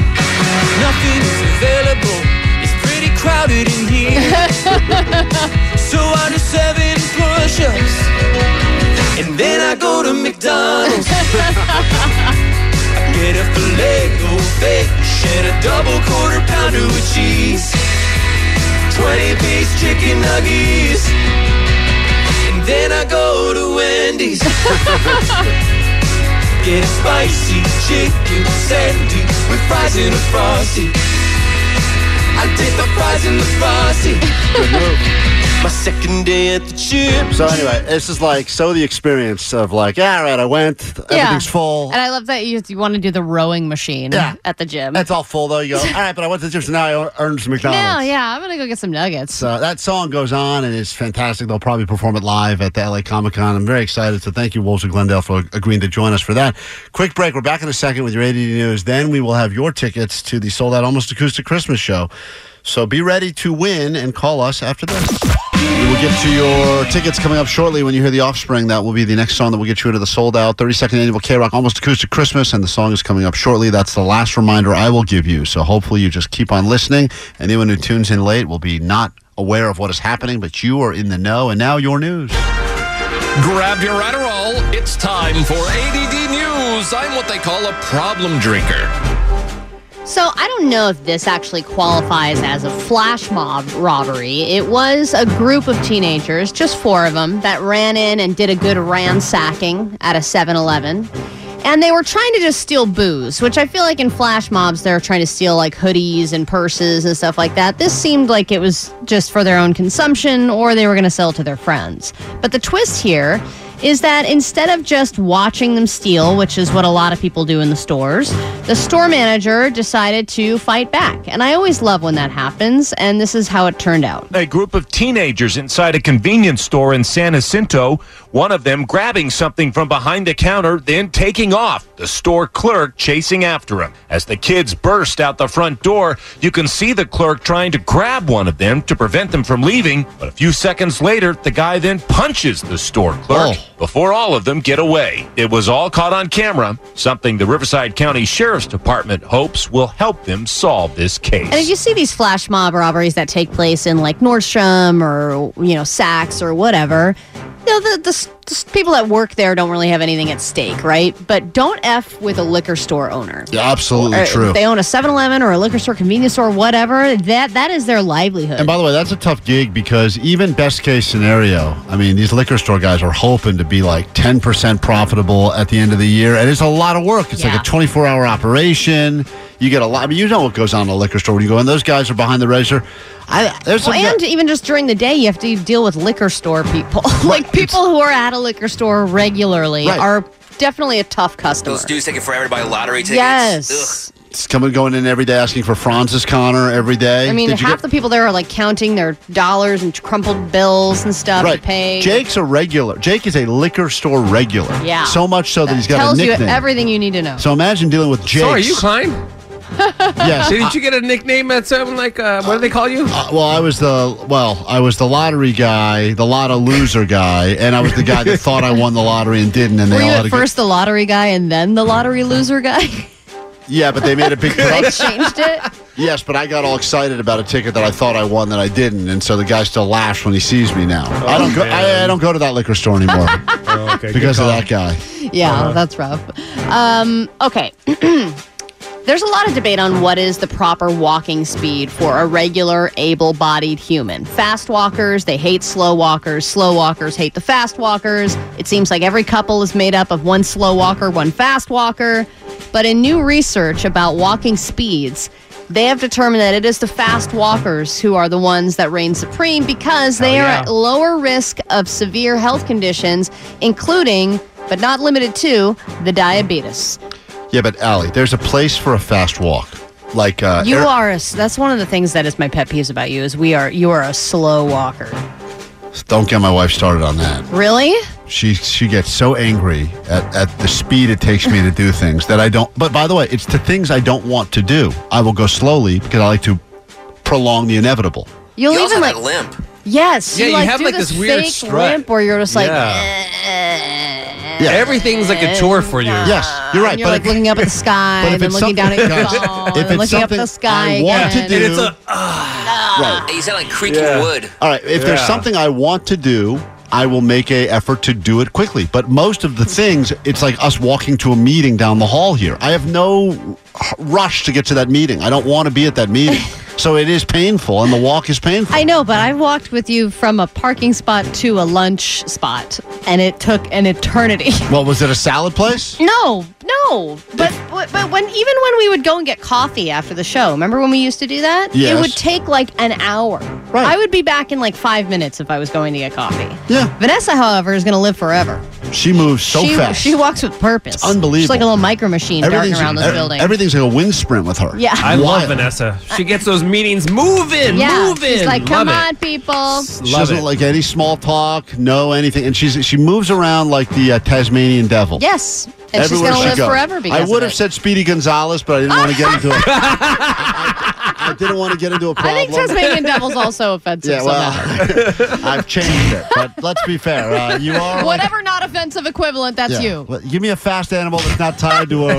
Nothing is available. It's pretty crowded in here. so I do seven push-ups. And then I go to McDonald's. I get a filet o fish and a double quarter pounder with cheese. 20 piece chicken nuggies. And then I go to Wendy's. get a spicy chicken sandwich with fries and a frosty. I dip the fries in the frosty. My second day at the gym. So anyway, this is like so the experience of like, yeah, all right, I went, everything's full. And I love that you, you want to do the rowing machine at the gym. That's all full though. You go, all right, but I went to the gym, so now I earned some McDonald's. No, yeah, I'm gonna go get some nuggets. So uh, that song goes on and it's fantastic. They'll probably perform it live at the LA Comic Con. I'm very excited. So thank you, Wolves of Glendale, for agreeing to join us for that. Quick break. We're back in a second with your ADD news. Then we will have your tickets to the sold out Almost Acoustic Christmas show. So be ready to win and call us after this. We will get to your tickets coming up shortly when you hear The Offspring. That will be the next song that will get you into the sold out 32nd annual K Rock Almost Acoustic Christmas, and the song is coming up shortly. That's the last reminder I will give you. So hopefully you just keep on listening. Anyone who tunes in late will be not aware of what is happening, but you are in the know. And now your news. Grab your Adderall. It's time for ADD News. I'm what they call a problem drinker. So I don't know if this actually qualifies as a flash mob robbery. It was a group of teenagers, just four of them, that ran in and did a good ransacking at a 7-Eleven. And they were trying to just steal booze, which I feel like in flash mobs they're trying to steal like hoodies and purses and stuff like that. This seemed like it was just for their own consumption or they were going to sell it to their friends. But the twist here is that instead of just watching them steal, which is what a lot of people do in the stores, the store manager decided to fight back. And I always love when that happens, and this is how it turned out. A group of teenagers inside a convenience store in San Jacinto, one of them grabbing something from behind the counter, then taking off, the store clerk chasing after him. As the kids burst out the front door, you can see the clerk trying to grab one of them to prevent them from leaving, but a few seconds later, the guy then punches the store clerk before all of them get away. It was all caught on camera, something the Riverside County Sheriff's Department hopes will help them solve this case. And if you see these flash mob robberies that take place in like Nordstrom or you know Saks or whatever, you know the the, just people that work there don't really have anything at stake, right? But don't F with a liquor store owner. Yeah, absolutely Or true. If Uh, they own a 7 Eleven or a liquor store, convenience store, whatever, that, that is their livelihood. And by the way, that's a tough gig because even best case scenario, I mean, these liquor store guys are hoping to be like 10% profitable at the end of the year. And it's a lot of work. It's like a 24 hour operation. You get a lot. I mean, you know what goes on in a liquor store when you go in. Those guys are behind the register. I, there's Well, some- and even just during the day, you have to deal with liquor store people. like people who are at a liquor store regularly Right. are definitely a tough customer. Those dudes taking forever to buy lottery tickets. Yes. It's coming going in every day asking for Francis Connor every day. I mean, Did you half get- the people there are like counting their dollars and crumpled bills and stuff right. to pay. Jake's a regular. Jake is a liquor store regular. Yeah. So much so that, he's got tells a you nickname. everything you need to know. so imagine dealing with Jake. So are you Klein? Yes. Didn't you get a nickname at something like uh, what do they call you? Uh, well, I was the well, I was the lottery guy, the lotto loser guy, and I was the guy that thought I won the lottery and didn't, and they Were you all had at a first the lottery guy and then the lottery loser guy? good, yeah, but they made a big they production. changed it. yes, but I got all excited about a ticket that I thought I won that I didn't, and so the guy still laughs when he sees me now. I don't go, I, I don't go to that liquor store anymore Oh, because of that guy. Yeah, Uh-huh. that's rough. Um, okay. There's a lot of debate on what is the proper walking speed for a regular able bodied human. Fast walkers, they hate slow walkers. Slow walkers hate the fast walkers. It seems like every couple is made up of one slow walker, one fast walker. But in new research about walking speeds, they have determined that it is the fast walkers who are the ones that reign supreme because they Hell are yeah. at lower risk of severe health conditions, including, but not limited to, the diabetes. Yeah, but Allie, there's a place for a fast walk, like uh, you Eric- are. A, s- that's one of the things that is my pet peeves about you is we are. You are a slow walker. Don't get my wife started on that. Really? She she gets so angry at, at the speed it takes me to do things that I don't. But by the way, it's the things I don't want to do. I will go slowly because I like to prolong the inevitable. You'll You also even have like that limp. yes. Yeah, you, you like, have, do like, this, this weird fake strut. limp where you're just like. Yeah. "Eh." Yeah. Everything's like a chore for you. Yes, you're right. And you're like if- looking up at the sky but if and then it's looking down at your something- guys, phone if and then it's looking up at something the sky I want to again. do, Right. ah. You sound like creaking wood. All right. If there's something I want to do, I will make a effort to do it quickly. But most of the things, it's like us walking to a meeting down the hall here. I have no h- rush to get to that meeting. I don't want to be at that meeting. so it is painful, and the walk is painful. I know, but I walked with you from a parking spot to a lunch spot, and it took an eternity. Well, was it a salad place? No, no. But but but when even when we would go and get coffee after the show, remember when we used to do that? Yes. It would take like an hour. Right. I would be back in like five minutes if I was going to get coffee. Yeah. Vanessa, however, is going to live forever. She moves so she, fast. She walks with purpose. It's unbelievable. She's like a little micro machine darting Everything's- around this e- building. Everything's like a wind sprint with her. Yeah. I love Wild. Vanessa. She gets those meetings moving, Uh, yeah. moving. She's like, Love come it. on, people. She doesn't like any small talk, no anything, and she's she moves around like the uh, Tasmanian devil. Yes. And she's Everywhere going to she live goes. forever because I would of have it. said Speedy Gonzalez, but I didn't want to get into it. I, I didn't want to get into a problem. I think Tasmanian Devil's also offensive. Yeah, well, I've changed it, but let's be fair. Uh, you are somehow. like- Whatever not offensive equivalent, that's yeah. you. Well, Give me a fast animal that's not tied to a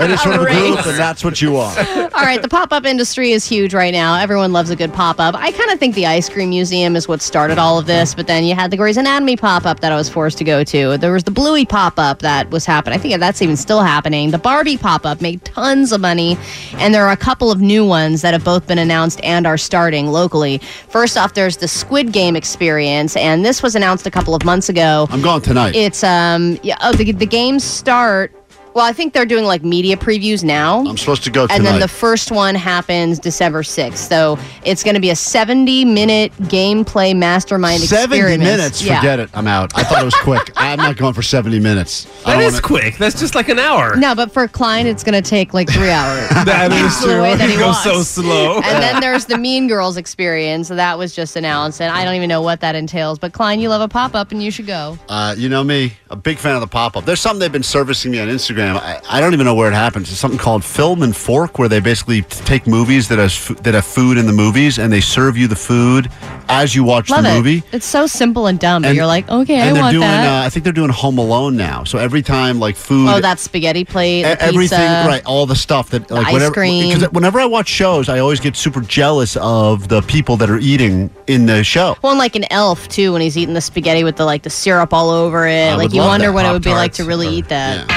any sort of a group, race. and that's what you are. All right, the pop up industry is huge right now. Everyone loves a good pop up. I kind of think the ice cream museum is what started all of this, but then you had the Grey's Anatomy pop up that I was forced to go to. There was the Bluey pop up that was happening. I think that's even still happening. The Barbie pop up made tons of money, and there are a couple of new ones that have both been announced and are starting locally. First off, there's the Squid Game experience, and this was announced a couple of months ago. I'm going tonight. It's um yeah oh the the games start. Well, I think they're doing like media previews now. I'm supposed to go tonight. And then the first one happens December 6th. So it's going to be a 70 minute gameplay mastermind 70 experience. minutes, Yeah. forget it. I'm out. I thought it was quick. I'm not going for 70 minutes. I That don't is wanna- quick. That's just like an hour. No, but for Klein, it's going to take like three hours. That is the true. way that he It goes walks. so slow. And then there's the Mean Girls experience. That was just announced, and I don't even know what that entails. But Klein, you love a pop up, and you should go. Uh, you know me, a big fan of the pop up. There's something they've been servicing me on Instagram program. I, I don't even know where it happens. It's something called Film and Fork, where they basically t- take movies that has f- that have food in the movies, and they serve you the food as you watch Love the movie. it. It's so simple and dumb. but And- you're like, okay, and I they're want doing, that. Uh, I think they're doing Home Alone now. So every time, like food, oh, that spaghetti plate, e- the everything, pizza. right? All the stuff that, like, ice whatever. cream. Because whenever I watch shows, I always get super jealous of the people that are eating in the show. Well, and like an elf too, when he's eating the spaghetti with the like the syrup all over it. I like would you love wonder that. what it would be like Pop-Tarts to really eat that.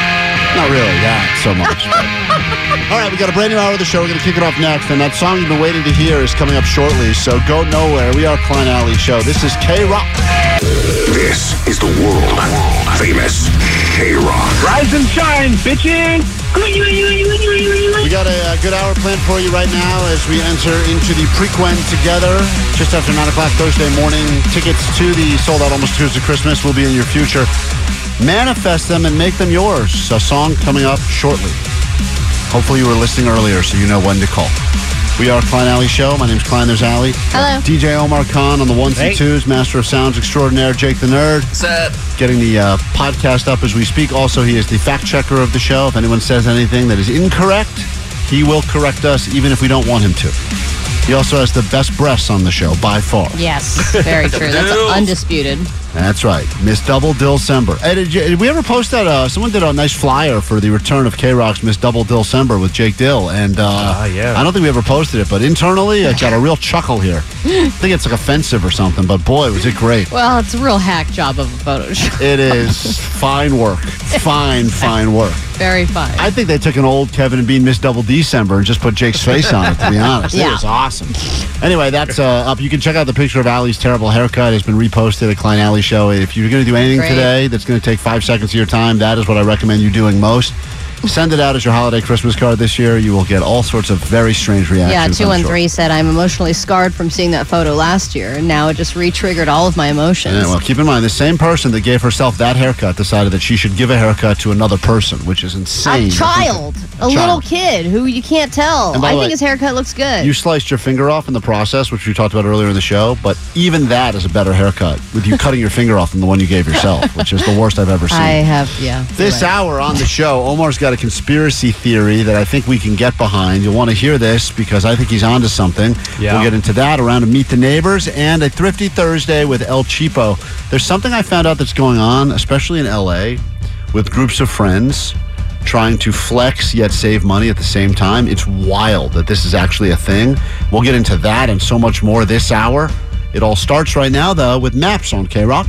Not really that so much. but- All right, we got a brand new hour of the show. We're going to kick it off next, and that song you've been waiting to hear is coming up shortly. So go nowhere. We are Klein Alley Show. This is K Rock. This is the world famous K Rock. Rise and shine, bitches. We got a, uh good hour planned for you right now as we enter into the Prequen together. Just after 9 o'clock Thursday morning, tickets to the Sold Out Almost Tuesday Christmas will be in your future. Manifest them and make them yours. A song coming up shortly. Hopefully you were listening earlier so you know when to call. We are Klein Alley Show. My name's Klein, there's Alley. Hello. DJ Omar Khan on the ones Hey. and twos, master of sounds extraordinaire, Jake the Nerd. Getting the uh, podcast up as we speak. Also, he is the fact checker of the show. If anyone says anything that is incorrect, he will correct us even if we don't want him to. He also has the best breasts on the show by far. Yes, very true. That's Dills. undisputed. That's right. Miss Double Dill Sember. Hey, did, you, did we ever post that? Uh, someone did a nice flyer for the return of K Rock's Miss Double Dill Sember with Jake Dill. And uh, yeah. I don't think we ever posted it, but internally, it got a real chuckle here. I think it's like offensive or something, but boy, was it great. Well, it's a real hack job of a Photoshop. It is fine work. Fine, fine work. Very fun. I think they took an old Kevin and Bean Miss Double December and just put Jake's face on it, to be honest. It Yeah. was awesome. Anyway, that's uh, up. You can check out the picture of Allie's terrible haircut. It's been reposted at Klein Alley Show. If you're going to do anything Great. today that's going to take five seconds of your time, that is what I recommend you doing most. Send it out as your holiday Christmas card this year. You will get all sorts of very strange Yeah, reactions. two I'm one sure. three said I'm emotionally scarred from seeing that photo last year, and now it just re-triggered all of my emotions. Yeah, well, keep in mind, the same person that gave herself that haircut decided that she should give a haircut to another person, which is insane. a child, a Child. little kid who you can't tell. And by I the way, think his haircut looks good. You sliced your finger off in the process, which we talked about earlier in the show, but even that is a better haircut with you cutting your finger off than the one you gave yourself, which is the worst I've ever seen. I have, yeah. you're This right. hour on the show, Omar's got a conspiracy theory that I think we can get behind. You'll want to hear this because I think he's onto something. Yeah. We'll get into that around to meet the neighbors and a thrifty Thursday with El Cheapo. There's something I found out that's going on, especially in LA, with groups of friends trying to flex yet save money at the same time. It's wild that this is actually a thing. We'll get into that and so much more this hour. It all starts right now, though, with maps on K Rock.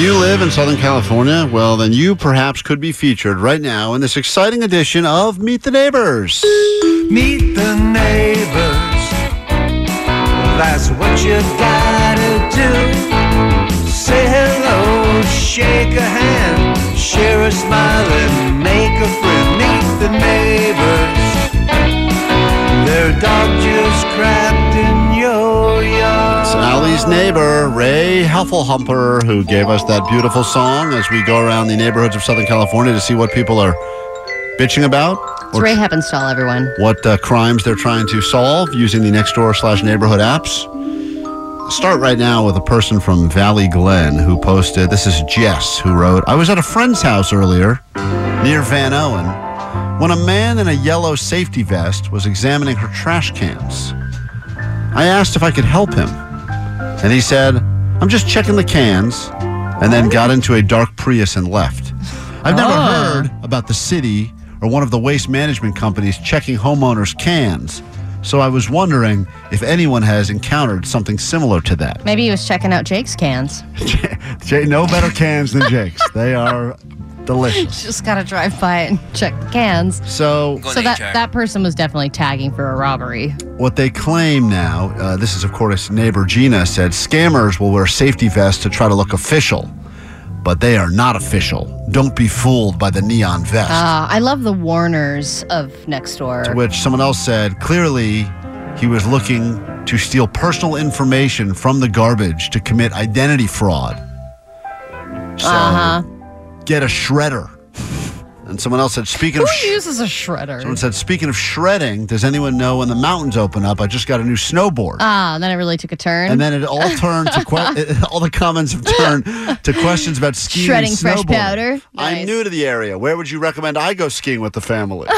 You live in Southern California? Well, then you perhaps could be featured right now in this exciting edition of Meet the Neighbors. Meet the neighbors. That's what you gotta do. Say hello, shake a hand, share a smile, and make a friend. Meet the neighbors. Their dog just crapped in your yard. It's Allie's neighbor, Ray Heffelhumper, who gave us that beautiful song as we go around the neighborhoods of Southern California to see what people are bitching about, It's Ray Heppenstall, everyone. what uh, crimes they're trying to solve using the next door slash neighborhood apps. Start right now with a person from Valley Glen who posted. This is Jess who wrote, I was at a friend's house earlier near Van Owen when a man in a yellow safety vest was examining her trash cans. I asked if I could help him, and he said, I'm just checking the cans, and then got into a dark Prius and left. I've never Oh. heard about the city or one of the waste management companies checking homeowners' cans, so I was wondering if anyone has encountered something similar to that. Maybe he was checking out Jake's cans. Jay, no better cans than Jake's. They are delicious. Just gotta drive by and check the cans. So, So that that person was definitely tagging for a robbery. what they claim now, uh, this is of course neighbor Gina said, scammers will wear safety vests to try to look official, but they are not official. Don't be fooled by the neon vest. Ah, I love the Warners of next door. To which someone else said, clearly he was looking to steal personal information from the garbage to commit identity fraud. So Uh huh. get a shredder. And someone else said, speaking Who of. sh- uses a shredder? Someone said, speaking of shredding, does anyone know when the mountains open up? I just got a new snowboard. Ah, then it really took a turn. And then it all turned to que- all the comments have turned to questions about skiing shredding and fresh snowboarding. powder. I'm new to the area. Where would you recommend I go skiing with the family?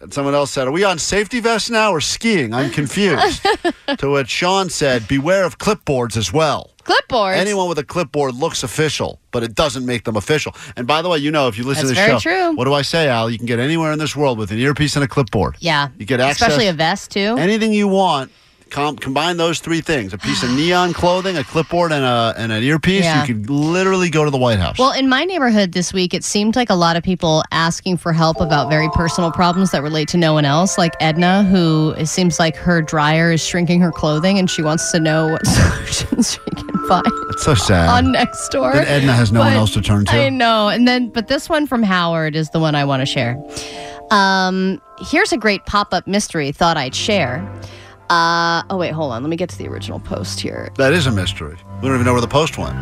and someone else said, Are we on safety vests now or skiing? I'm confused. to which Sean said, Beware of clipboards as well. Clipboards. Anyone with a clipboard looks official, but it doesn't make them official. And by the way, you know, if you listen That's to very the show, true. what do I say, Al? You can get anywhere in this world with an earpiece and a clipboard. Yeah. You get access. Especially a vest, too. Anything you want. Com- combine those three things: a piece of neon clothing, a clipboard, and a and an earpiece. Yeah. You could literally go to the White House. Well, in my neighborhood this week, it seemed like a lot of people asking for help about very personal problems that relate to no one else, like Edna, who it seems like her dryer is shrinking her clothing and she wants to know what solutions she can find. That's so sad. On next door. That Edna has no one But else to turn to. I know. And then, but this one from Howard is the one I want to share. Um, here's a great pop up mystery thought I'd share. Uh, oh, wait, hold on. Let me get to the original post here. That is a mystery. We don't even know where the post went.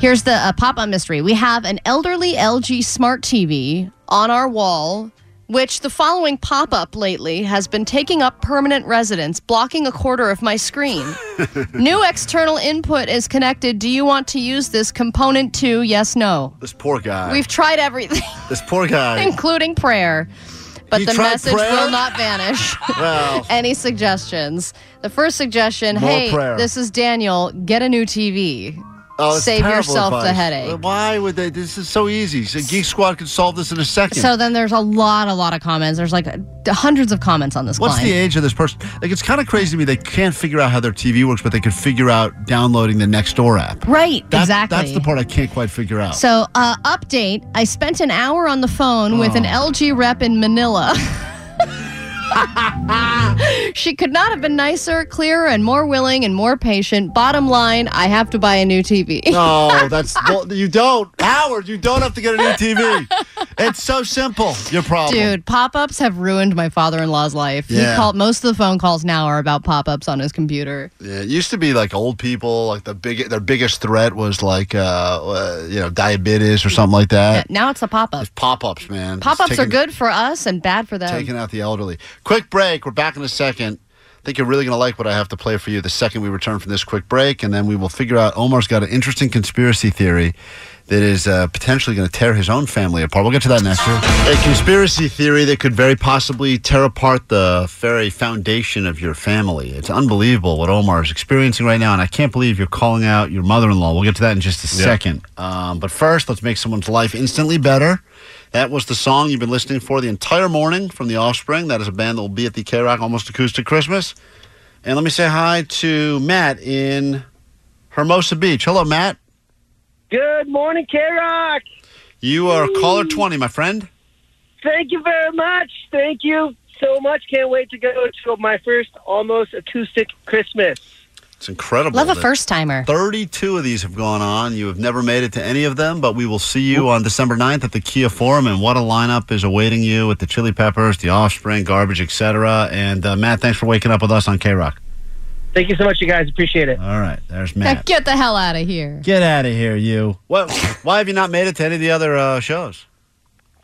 Here's the uh, pop up mystery. We have an elderly LG smart TV on our wall, which the following pop up lately has been taking up permanent residence, blocking a quarter of my screen. New external input is connected. Do you want to use this component to yes, no? This poor guy. We've tried everything, this poor guy. including prayer, but He the tried message prayer? will not vanish. Well. Any suggestions? The first suggestion More hey, prayer. this is Daniel, get a new TV. Oh, it's Save terrible yourself the advice. headache. Why would they? This is so easy. So Geek Squad could solve this in a second. So then there's a lot, a lot of comments. There's like uh, hundreds of comments on this. What's client. the age of this person? Like, it's kind of crazy to me. They can't figure out how their TV works, but they could figure out downloading the Nextdoor app. Right, That- exactly. That's the part I can't quite figure out. So, uh, update I spent an hour on the phone with an Oh. LG rep in Manila. she could not have been nicer, clearer, and more willing and more patient. Bottom line, I have to buy a new TV. no, Oh, that's well, you don't, Howard. You don't have to get a new TV. It's so simple. Your problem. Dude, pop ups have ruined my father in law's life. Yeah. He called most of the phone calls now are about pop ups on his computer. Yeah, it used to be like old people. Like the big, their biggest threat was like, uh, uh you know, diabetes or something like that. Now it's a pop up. Pop ups, man. Pop ups are Taking- good for us and bad for them. Taking out the elderly. Quick break. We're back in a second. I think you're really going to like what I have to play for you the second we return from this quick break, and then we will figure out Omar's got an interesting conspiracy theory that is uh, potentially going to tear his own family apart. We'll get to that next year. A conspiracy theory that could very possibly tear apart the very foundation of your family. It's unbelievable what Omar is experiencing right now, and I can't believe you're calling out your mother in law. We'll get to that in just a Yeah. second. Um, but first, let's make someone's life instantly better. That was the song you've been listening for the entire morning from The Offspring. That is a band that will be at the K Rock Almost Acoustic Christmas. And let me say hi to Matt in Hermosa Beach. Hello, Matt. Good morning, K Rock. You are caller 20, my friend. Thank you very much. Thank you so much. Can't wait to go to my first almost acoustic Christmas. It's incredible. Love a that first timer. 32 of these have gone on. You have never made it to any of them, but we will see you on December 9th at the Kia Forum. And what a lineup is awaiting you with the Chili Peppers, the Offspring, Garbage, etc. And uh, Matt, thanks for waking up with us on K Rock. Thank you so much, you guys. Appreciate it. All right. There's Matt. Get the hell out of here. Get out of here, you. What? Why have you not made it to any of the other uh, shows?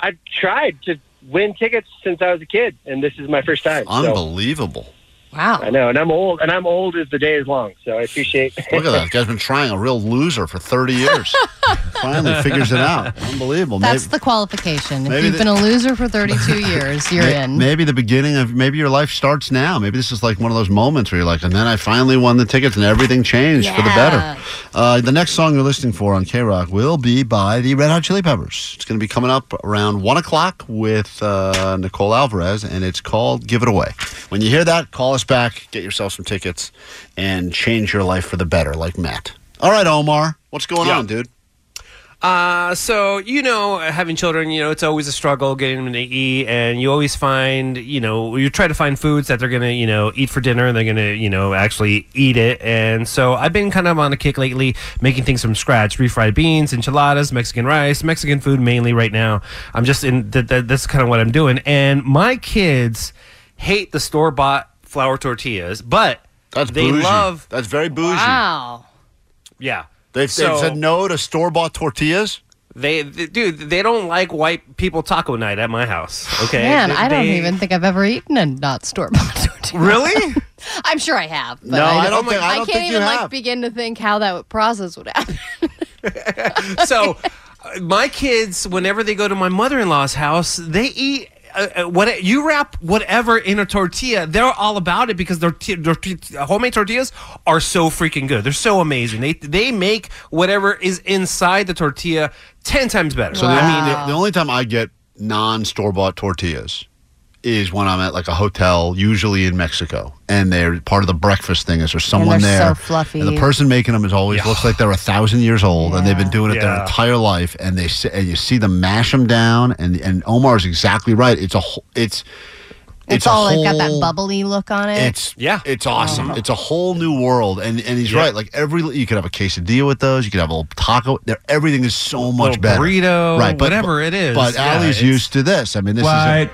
I've tried to win tickets since I was a kid, and this is my first time. so- Unbelievable. Wow. I know, and I'm old, and I'm old as the day is long. So I appreciate. Look at that. Guy's been trying a real loser for 30 years. Finally figures it out. Unbelievable. That's Maybe- the qualification. If maybe you've the- been a loser for 32 years, you're May- in. Maybe the beginning of maybe your life starts now. Maybe this is like one of those moments where you're like, and then I finally won the tickets and everything changed for the Yeah. better. Uh, the next song you're listening for on K Rock will be by the Red Hot Chili Peppers. It's going to be coming up around one o'clock with uh, Nicole Alvarez, and it's called "Give It Away." When you hear that, call us back, get yourself some tickets, and change your life for the better, like Matt. All right, Omar, what's going Yeah. on, dude? Uh, so you know, having children, you know, it's always a struggle getting them to eat, and you always find, you know, you try to find foods that they're gonna, you know, eat for dinner, and they're gonna, you know, actually eat it. And so I've been kind of on a kick lately, making things from scratch: refried beans, enchiladas, Mexican rice, Mexican food mainly right now. I'm just in. Th- th- that's kind of what I'm doing, and my kids hate the store bought flour tortillas, but that's they bougie. love. That's very bougie. Wow. Yeah. They've, So- they've said no to store bought tortillas. They, they- dude, they don't like white people taco night at my house. Okay, Man, They- I don't they- even think I've ever eaten a not store bought. Really? I'm sure I have. But No, I don't I'm like- think- I don't can't think you even like have. begin to think how that would- process would happen. so uh, my kids whenever they go to my mother-in-law's house they eat uh, uh, what you wrap whatever in a tortilla they're all about it because their, t- their t- homemade tortillas are so freaking good they're so amazing they they make whatever is inside the tortilla 10 times better So the, the, the only time I get non store bought tortillas is when I'm at like a hotel, usually in Mexico, and they're part of the breakfast thing. Is there's someone they're so there? fluffy. And the person making them is always looks like they're a thousand years old, and they've been doing it their Yeah. entire life. And they s- and you see them mash them down, and and Omar's exactly right. It's a wh- it's It's, a all it's got whole- that bubbly look on it. It's yeah, it's awesome. It's a whole new world, and and he's Uh-huh. Yeah. right. Like every you could have a quesadilla with those. You could have a little taco. There, everything is so much better. burrito, right? But, whatever but- it is. But Yeah, Allie's it's- used to this. I mean, this White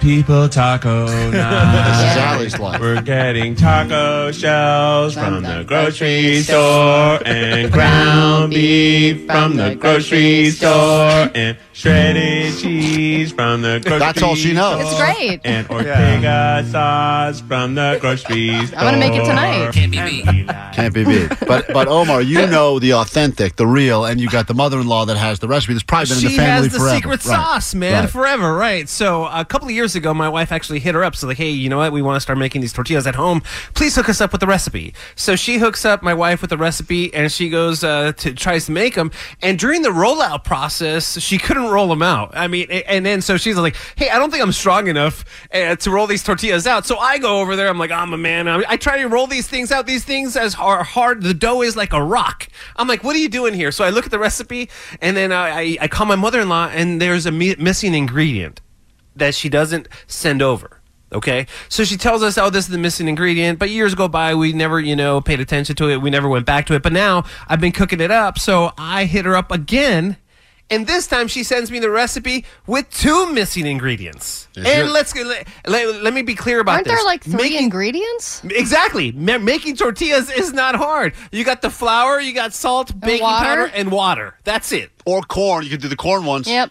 people taco night. This is Allie's life. We're getting taco shells from the grocery store and ground beef from the grocery store and shredded cheese from the grocery store. That's all she knows. It's great. And Ortega sauce from the grocery store. I'm gonna make it tonight. Can't be is can't be beat. But but Omar, you know the authentic, the real, and you got the mother-in-law that has the recipe. That's probably been in she the family has the forever. secret Right. sauce, man, Right. forever, right? So a couple of years ago, my wife actually hit her up. So like, hey, you know what? We want to start making these tortillas at home. Please hook us up with the recipe. So she hooks up my wife with the recipe, and she goes uh, to tries to make them. And during the rollout process, she couldn't roll them out. I mean, a- and then so she's like, hey, I don't think I'm strong enough uh, to roll these tortillas out. So I go over there. I'm like, I'm a man. I'm, I try to roll these things out. These things as are hard. The dough is like a rock. I'm like, what are you doing here? So I look at the recipe, and then I, I, I call my mother-in-law, and there's a mi- missing ingredient that she doesn't send over. Okay, so she tells us, "Oh, this is the missing ingredient." But years go by, we never, you know, paid attention to it. We never went back to it. But now I've been cooking it up, so I hit her up again, and this time she sends me the recipe with two missing ingredients. and it- let's let, let, let me be clear about Aren't this. there like three Making- ingredients? Exactly. Ma- making tortillas is not hard. You got the flour, you got salt, baking water? powder, and water. That's it. Or corn. You could do the corn ones. Yep.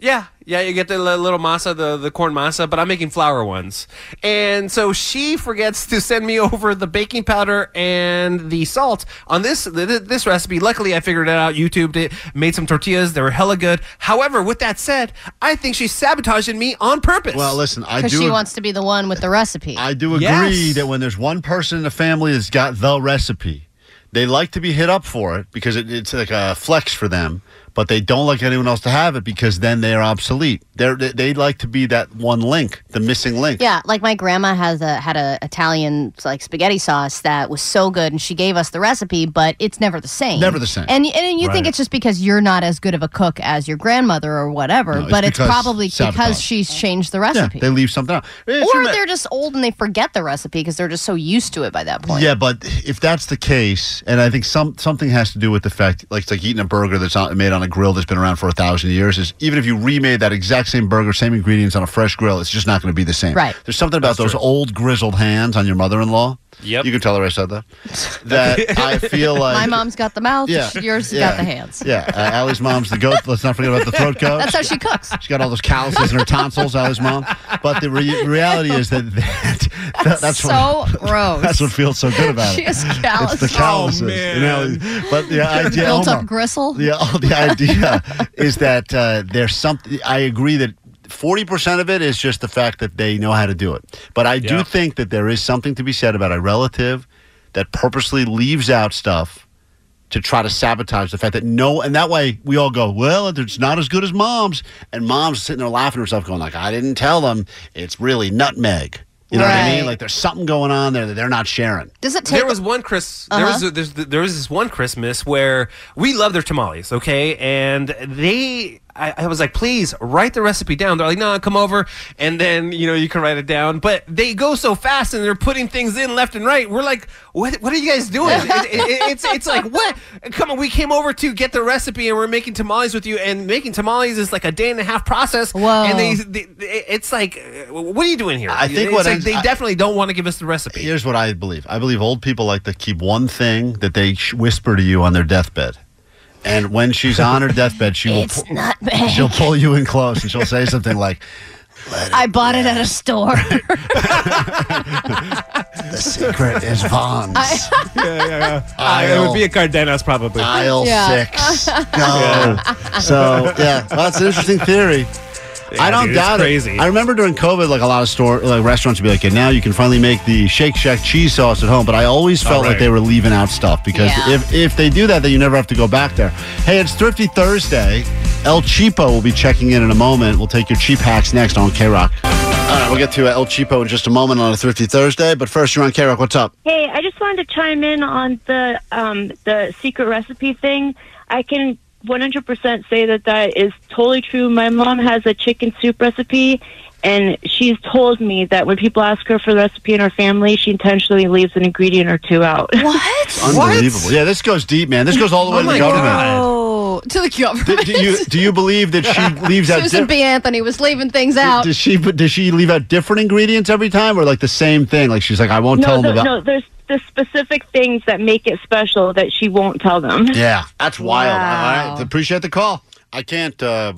Yeah, yeah, you get the li- little masa, the, the corn masa, but I'm making flour ones. And so she forgets to send me over the baking powder and the salt on this th- this recipe. Luckily, I figured it out, YouTubed it, made some tortillas. They were hella good. However, with that said, I think she's sabotaging me on purpose. Well, listen, I Because do. she ag- wants to be the one with the recipe. I do agree that when there's one person in the family that's got the recipe, they like to be hit up for it because it, it's like a flex for them. But they don't like anyone else to have it because then they are obsolete. They're, they they like to be that one link, the missing link. Yeah, like my grandma has a had a Italian like spaghetti sauce that was so good, and she gave us the recipe, but it's never the same. Never the same. And and you Right. think it's just because you're not as good of a cook as your grandmother or whatever, No, it's but it's because probably sabotage. because she's changed the Yeah, recipe. they leave something out. It's or your ma- they're just old and they forget the recipe because they're just so used to it by that point. Yeah, but if that's the case, and I think some something has to do with the fact, like it's like eating a burger that's not made on a grill that's been around for a thousand years, is even if you remade that exact same burger, same ingredients on a fresh grill, it's just not going to be the same. Right. There's something about those old grizzled hands on your mother-in-law. Yep. You can tell her I said that. That I feel like my mom's got the mouth, Yeah, yours has yeah. got the hands. Yeah, uh, Allie's mom's the goat. Let's not forget about the throat goat. That's how she cooks. She's got all those calluses in her tonsils, Allie's mom. But the re- reality is that, that, That's that's so what, gross. That's what feels so good about She it. has calluses. It's the calluses. Oh, you know, but the idea, Built Omar, up gristle. The, oh, the idea is that uh, there's something. I agree that. 40% of it is just the fact that they know how to do it. But I do Yeah. think that there is something to be said about a relative that purposely leaves out stuff to try to sabotage the fact that no, and that way we all go, well, it's not as good as mom's, and mom's sitting there laughing to herself, going like, I didn't tell them it's really nutmeg. You know what I mean? Right. Like there's something going on there that they're not sharing. Does it There was one Chris. There Uh-huh. was there's, there was this one Christmas where we love their tamales, okay, and they. I, I was like, please write the recipe down. They're like, no, come over, and then you know you can write it down. But they go so fast, and they're putting things in left and right. We're like, what? What are you guys doing? it, it- it- it's it's like what? Come on, we came over to get the recipe, and we're making tamales with you. And making tamales is like a day and a half process. Whoa! And they, they it's like, uh, what are you doing here? I think It's what like ends- they I- definitely don't want to give us the recipe. Here's what I believe. I believe old people like to keep one thing that they sh- whisper to you on their deathbed. And when she's on her deathbed, she will It's pu- not bad. she'll pull you in close and she'll say something like, I bought it at a store. "The secret is Vons." I- Uh, it would be a Cardenas probably. Aisle Yeah. six. No. So yeah, well, that's an interesting theory. I Yeah, don't dude, it's doubt crazy. it. I remember during COVID, like a lot of store like restaurants would be like, "And now you can finally make the Shake Shack cheese sauce at home." But I always Oh, felt like right. they were leaving out stuff because Yeah. if if they do that, then you never have to go back there. Hey, it's Thrifty Thursday. El Cheapo will be checking in in a moment. We'll take your cheap hacks next on K Rock. All right, we'll get to uh, El Cheapo in just a moment on a Thrifty Thursday. But first, you're on K Rock. What's up? Hey, I just wanted to chime in on the um, the secret recipe thing. I can 100% say that that is totally true. My mom has a chicken soup recipe, and she's told me that when people ask her for the recipe in her family, she intentionally leaves an ingredient or two out. It's unbelievable. Yeah, this goes deep, man. This goes all the way Oh to my the government. Oh, to the government. Do you do you believe that she leaves out? Susan di- B. Anthony was leaving things out. does she does she leave out different ingredients every time, or like the same thing? Like she's like, I won't no, tell the- them about. no, there's the specific things that make it special that she won't tell them. Yeah, that's wild. Wow. All right, appreciate the call. I can't uh,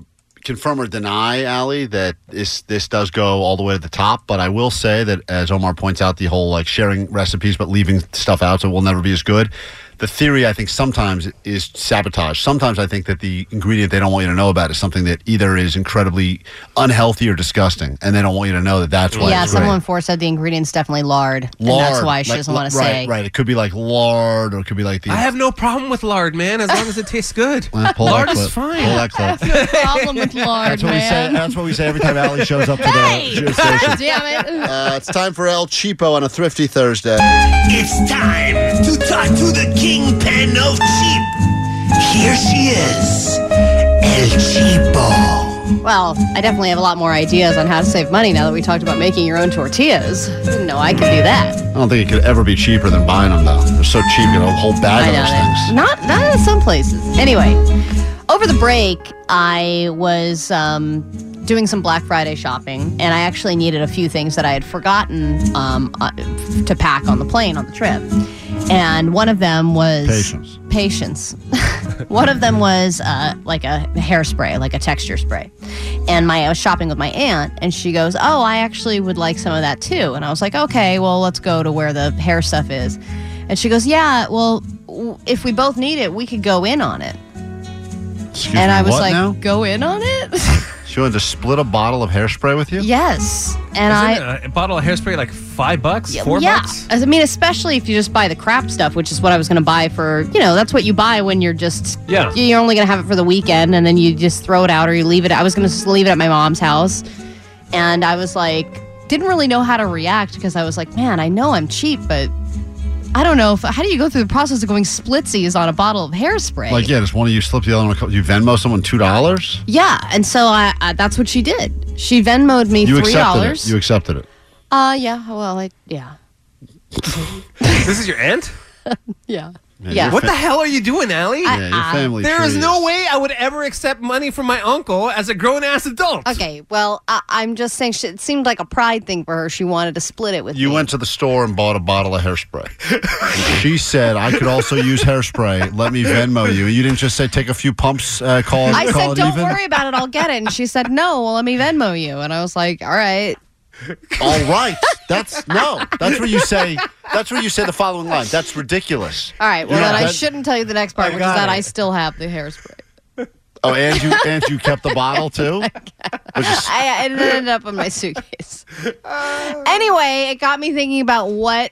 confirm or deny, Allie, that this this does go all the way to the top. But I will say that, as Omar points out, the whole like sharing recipes but leaving stuff out, so it will never be as good. The theory, I think, sometimes is sabotage. Sometimes I think that the ingredient they don't want you to know about is something that either is incredibly unhealthy or disgusting, and they don't want you to know that that's why. yeah, it's great. someone four said the ingredients definitely lard, Lard, and that's why she like, doesn't want to right, say. Right, It could be like lard, or it could be like the. I have no problem with lard, man, as long as it tastes good. Well, pull that lard is clip. fine. Pull that clip. I have no problem with lard, That's what we say. That's what we say every time Allie shows up to the to the station. Damn it. Uh, it's time for El Cheapo on a Thrifty Thursday. It's time to talk to the kingpin of cheap. Here she is, El Cheapo. Well, I definitely have a lot more ideas on how to save money now that we talked about making your own tortillas. No, I can do that. I don't think it could ever be cheaper than buying them, though. They're so cheap, you know, a whole bag I of those things. know that. Not not in some places. Anyway, over the break, I was um, doing some Black Friday shopping, and I actually needed a few things that I had forgotten um, uh, f- to pack on the plane on the trip. And one of them was Patience. Patience. one of them was uh, like a hairspray, like a texture spray. And my I was shopping with my aunt, and she goes, "Oh, I actually would like some of that too." And I was like, "Okay, well, let's go to where the hair stuff is." And she goes, "Yeah, well, w- if we both need it, we could go in on it." Excuse and me, I was what like, now? "Go in on it?" She wanted to split a bottle of hairspray with you? yes. And I Isn't a bottle of hairspray like five bucks, four yeah. bucks. I mean, especially if you just buy the crap stuff, which is what I was going to buy for, you know, that's what you buy when you're just, Yeah. you're only going to have it for the weekend and then you just throw it out or you leave it. I was going to just leave it at my mom's house. And I was like, didn't really know how to react because I was like, man, I know I'm cheap, but I don't know if, how do you go through the process of going splitsies on a bottle of hairspray? Like, yeah, just one of you slip the other one. a couple- You Venmo someone $2? Yeah, and so I, I that's what she did. She Venmoed me You three accepted it. dollars. You accepted it. uh, yeah. Well, I yeah, this is your aunt? yeah, Yeah, Yeah. your What the fa- hell are you doing, Allie? Yeah, your I- family There is tree no way I would ever accept money from my uncle as a grown ass adult. Okay, well, I, I'm just saying she, it seemed like a pride thing for her. She wanted to split it with You me. went to the store and bought a bottle of hairspray. she said, I could also use hairspray. Let me Venmo you. You didn't just say, take a few pumps, uh, call, I call said, it "Don't even. worry about it. I'll get it." And she said, "No, well, let me Venmo you." And I was like, "All right." All right. That's no. That's where you say. That's where you say the following line. That's ridiculous. All right, well Yeah, then I that- shouldn't tell you the next part, which is got that it. I still have the hairspray. Oh, and you and you kept the bottle too. Which is- I it ended up in my suitcase. anyway, it got me thinking about what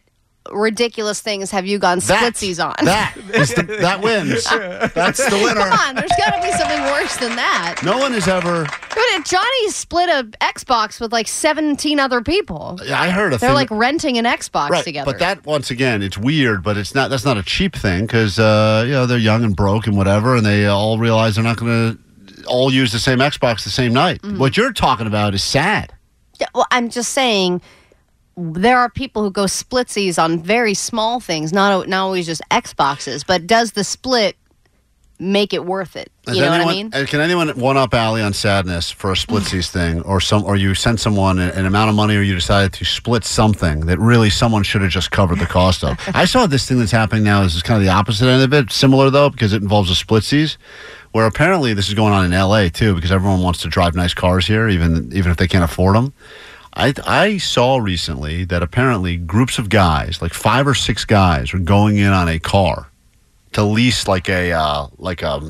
ridiculous things have you gone That- splitsies on? that is the- that wins. That's the winner. Come on, there's got to be something worse than that. No one has ever. I mean, Johnny split a Xbox with like 17 other people. Yeah, I heard a They're thing- like renting an Xbox Right, together. but that once again, it's weird, but it's not. That's not a cheap thing because uh, you know they're young and broke and whatever, and they all realize they're not going to all use the same Xbox the same night. Mm. What you're talking about is sad. Yeah, well, I'm just saying there are people who go splitsies on very small things, not not always just Xboxes, but does the split make it worth it. You Has know what I anyone- mean? uh, Can anyone one up Allie on sadness for a splitsies thing, or some, or you sent someone an, an amount of money, or you decided to split something that really someone should have just covered the cost of? I saw this thing that's happening now. This is kind of the opposite end of it. Similar though, because it involves a splitsies, where apparently this is going on in L.A. too, because everyone wants to drive nice cars here, even even if they can't afford them. I, I saw recently that apparently groups of guys, like five or six guys, are going in on a car to lease like a uh, like a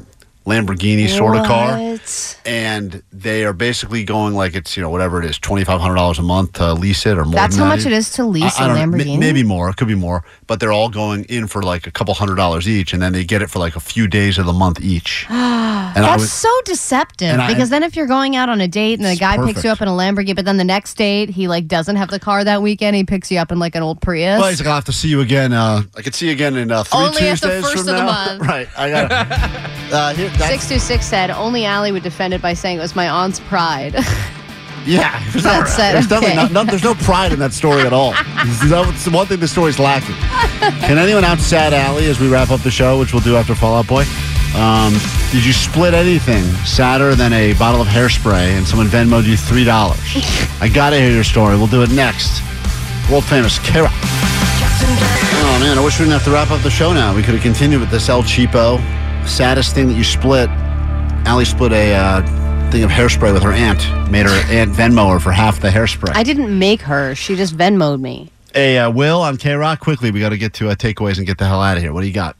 Lamborghini sort of car, and they are basically going like it's you know whatever it is twenty five hundred dollars a month to lease it or more. That's than how that much even. it is to lease I- a I don't know, may- Lamborghini? maybe more. It could be more, but they're all going in for like a couple hundred dollars each, and then they get it for like a few days of the month each. I That's was- so deceptive and I- because then if you're going out on a date and the guy picks you up in a Lamborghini, but then the next date he like doesn't have the car that weekend, he picks you up in like an old Prius. Well, he's like, I'll have to see you again. Uh, I could see you again in uh, three Only at Tuesdays the first from of the now. month. right. I got uh, here, that's- 626 said only Allie would defend it by saying it was my aunt's pride. Yeah, it was That never- said, there's definitely okay. not, no- there's no pride in that story at all. That's the one thing the story's lacking. Can anyone out Sad Alley as we wrap up the show, which we'll do after Fallout Boy? Um, did you split anything sadder than a bottle of hairspray and someone Venmoed you three dollars? I gotta hear your story. We'll do it next. World famous Kara. Oh man, I wish we didn't have to wrap up the show now. We could have continued with this El Cheapo. Saddest thing that you split. Allie split a uh, thing of hairspray with her aunt. Made her aunt Venmo her for half the hairspray. I didn't make her; she just Venmoed me. Hey, uh, Will on K Rock, quickly, we got to get to uh, takeaways and get the hell out of here. What do you got?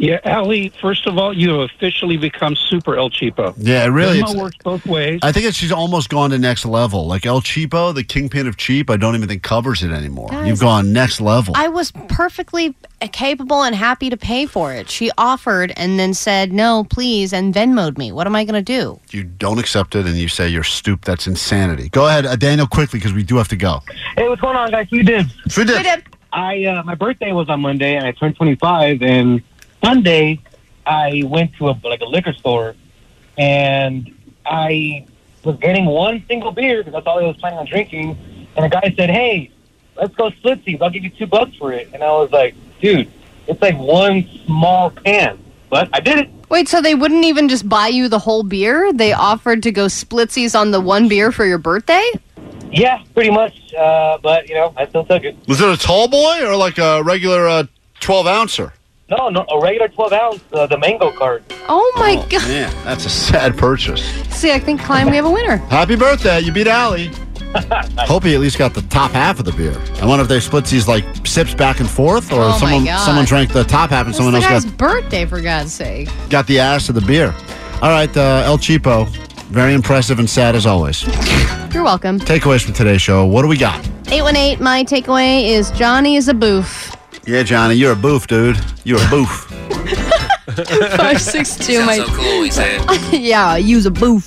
Yeah, Allie, first of all, you have officially become super El Cheapo. Yeah, it really- Venmo it's- works both ways. I think that she's almost gone to next level. Like El Cheapo, the kingpin of cheap, I don't even think covers it anymore. Guys, You've gone next level. I was perfectly capable and happy to pay for it. She offered and then said no, please, and Venmoed me. What am I going to do? you don't accept it and you say you're stooped. That's insanity. Go ahead, uh, Daniel, quickly, because we do have to go. Hey, what's going on, guys? You did. We did. I uh, my birthday was on Monday, and I turned 25. And Sunday, I went to a like a liquor store, and I was getting one single beer because that's all I was planning on drinking. And a guy said, "Hey, let's go splitsies. I'll give you two bucks for it." And I was like, "Dude, it's like one small can." But I did it. Wait, so they wouldn't even just buy you the whole beer? They offered to go splitsies on the one beer for your birthday? Yeah, pretty much. Uh, but you know, I still took it. Was it a tall boy or like a regular uh, 12 ouncer? No, no, a regular 12 ounce, uh, the mango cart. Oh my god. Man, that's a sad purchase. See, I think Klein, we have a winner. Happy birthday. You beat Allie. Hope he at least got the top half of the beer. I wonder if they split these like sips back and forth, or Oh, my someone God. someone drank the top half and someone it's else the guy's got birthday, for God's sake. got the ass of the beer. All right, uh, El Cheapo, very impressive and sad as always. You're welcome. Takeaways from today's show. What do we got? 818, my takeaway is Johnny is a boof. Yeah, Johnny, you're a boof, dude. You're a boof. 562, my. Sounds so cool, he said. yeah, use a boof.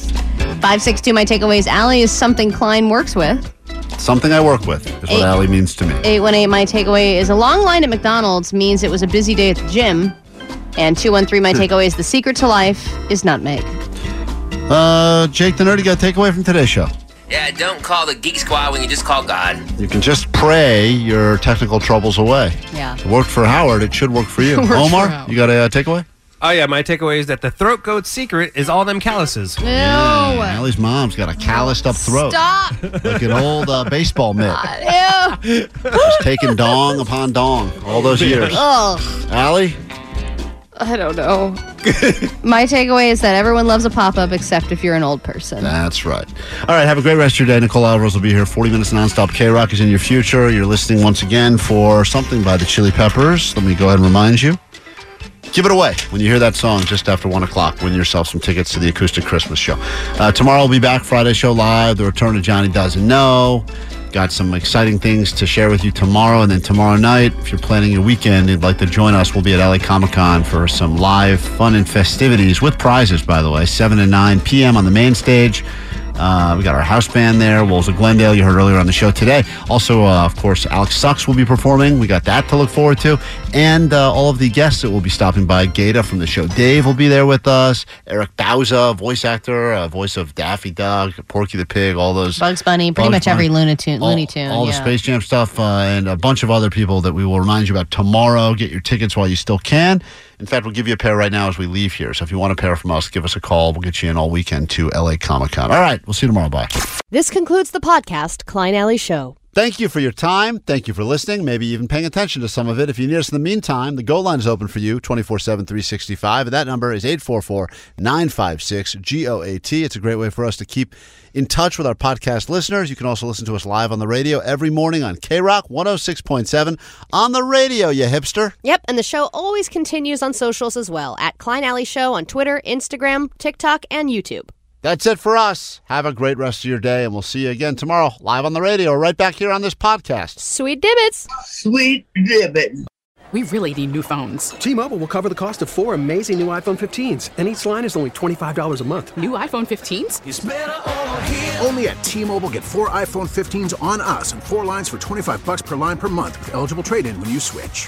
562, my takeaways. Allie is something Klein works with. Something I work with is what Eight. Allie means to me. 818, my takeaway is a long line at McDonald's means it was a busy day at the gym. And 213, Hmm. my takeaway is the secret to life is nutmeg. Uh, Jake the Nerdy got a takeaway from today's show. Yeah, don't call the Geek Squad when you just call God. You can just pray your technical troubles away. Yeah. It worked for Howard. It should work for you. Worked for Omar, Howard. you got a uh, takeaway? Oh yeah, my takeaway is that the throat goat's secret is all them calluses. No. Yeah, Allie's mom's got a calloused up throat. Stop. Like an old uh, baseball mitt. Ew. Just taking dong upon dong all those years. Ugh. Allie? I don't know. My takeaway is that everyone loves a pop up except if you're an old person. That's right. All right, have a great rest of your day. Nicole Alvarez will be here 40 minutes nonstop. K Rock is in your future. You're listening once again for something by the Chili Peppers. Let me go ahead and remind you. Give it away when you hear that song just after one o'clock. Win yourself some tickets to the Acoustic Christmas Show. Uh, tomorrow we'll be back Friday show live. The return of Johnny Doesn't Know. Got some exciting things to share with you tomorrow, and then tomorrow night, if you're planning your weekend and you'd like to join us, we'll be at LA Comic Con for some live fun and festivities with prizes. By the way, seven and nine p.m. on the main stage. Uh, we got our house band there, Wolves of Glendale, you heard earlier on the show today. Also, uh, of course, Alex Sucks will be performing. We got that to look forward to. And uh, all of the guests that will be stopping by Gata from the show. Dave will be there with us. Eric Bauza, voice actor, uh, voice of Daffy Duck, Porky the Pig, all those. Bugs Bunny, pretty Bugs much every Bunny. Looney Tune. Looney Tune, All yeah. the Space Jam stuff uh, and a bunch of other people that we will remind you about tomorrow. Get your tickets while you still can. In fact, we'll give you a pair right now as we leave here. So if you want a pair from us, give us a call. We'll get you in all weekend to LA Comic Con. All right, we'll see you tomorrow. Bye. This concludes the podcast, Klein Alley Show. Thank you for your time. Thank you for listening, maybe even paying attention to some of it. If you need us in the meantime, the goal line is open for you 24 7, 365. And that number is 844 956 GOAT. It's a great way for us to keep in touch with our podcast listeners. You can also listen to us live on the radio every morning on K Rock 106.7 on the radio, you hipster. Yep, and the show always continues on socials as well at Klein Alley Show on Twitter, Instagram, TikTok, and YouTube. That's it for us. Have a great rest of your day, and we'll see you again tomorrow live on the radio or right back here on this podcast. Sweet dibbits. Sweet dibbit. We really need new phones. T-Mobile will cover the cost of four amazing new iPhone 15s, and each line is only $25 a month. New iPhone 15s? Only at T-Mobile get four iPhone 15s on us and four lines for 25 bucks per line per month with eligible trade-in when you switch.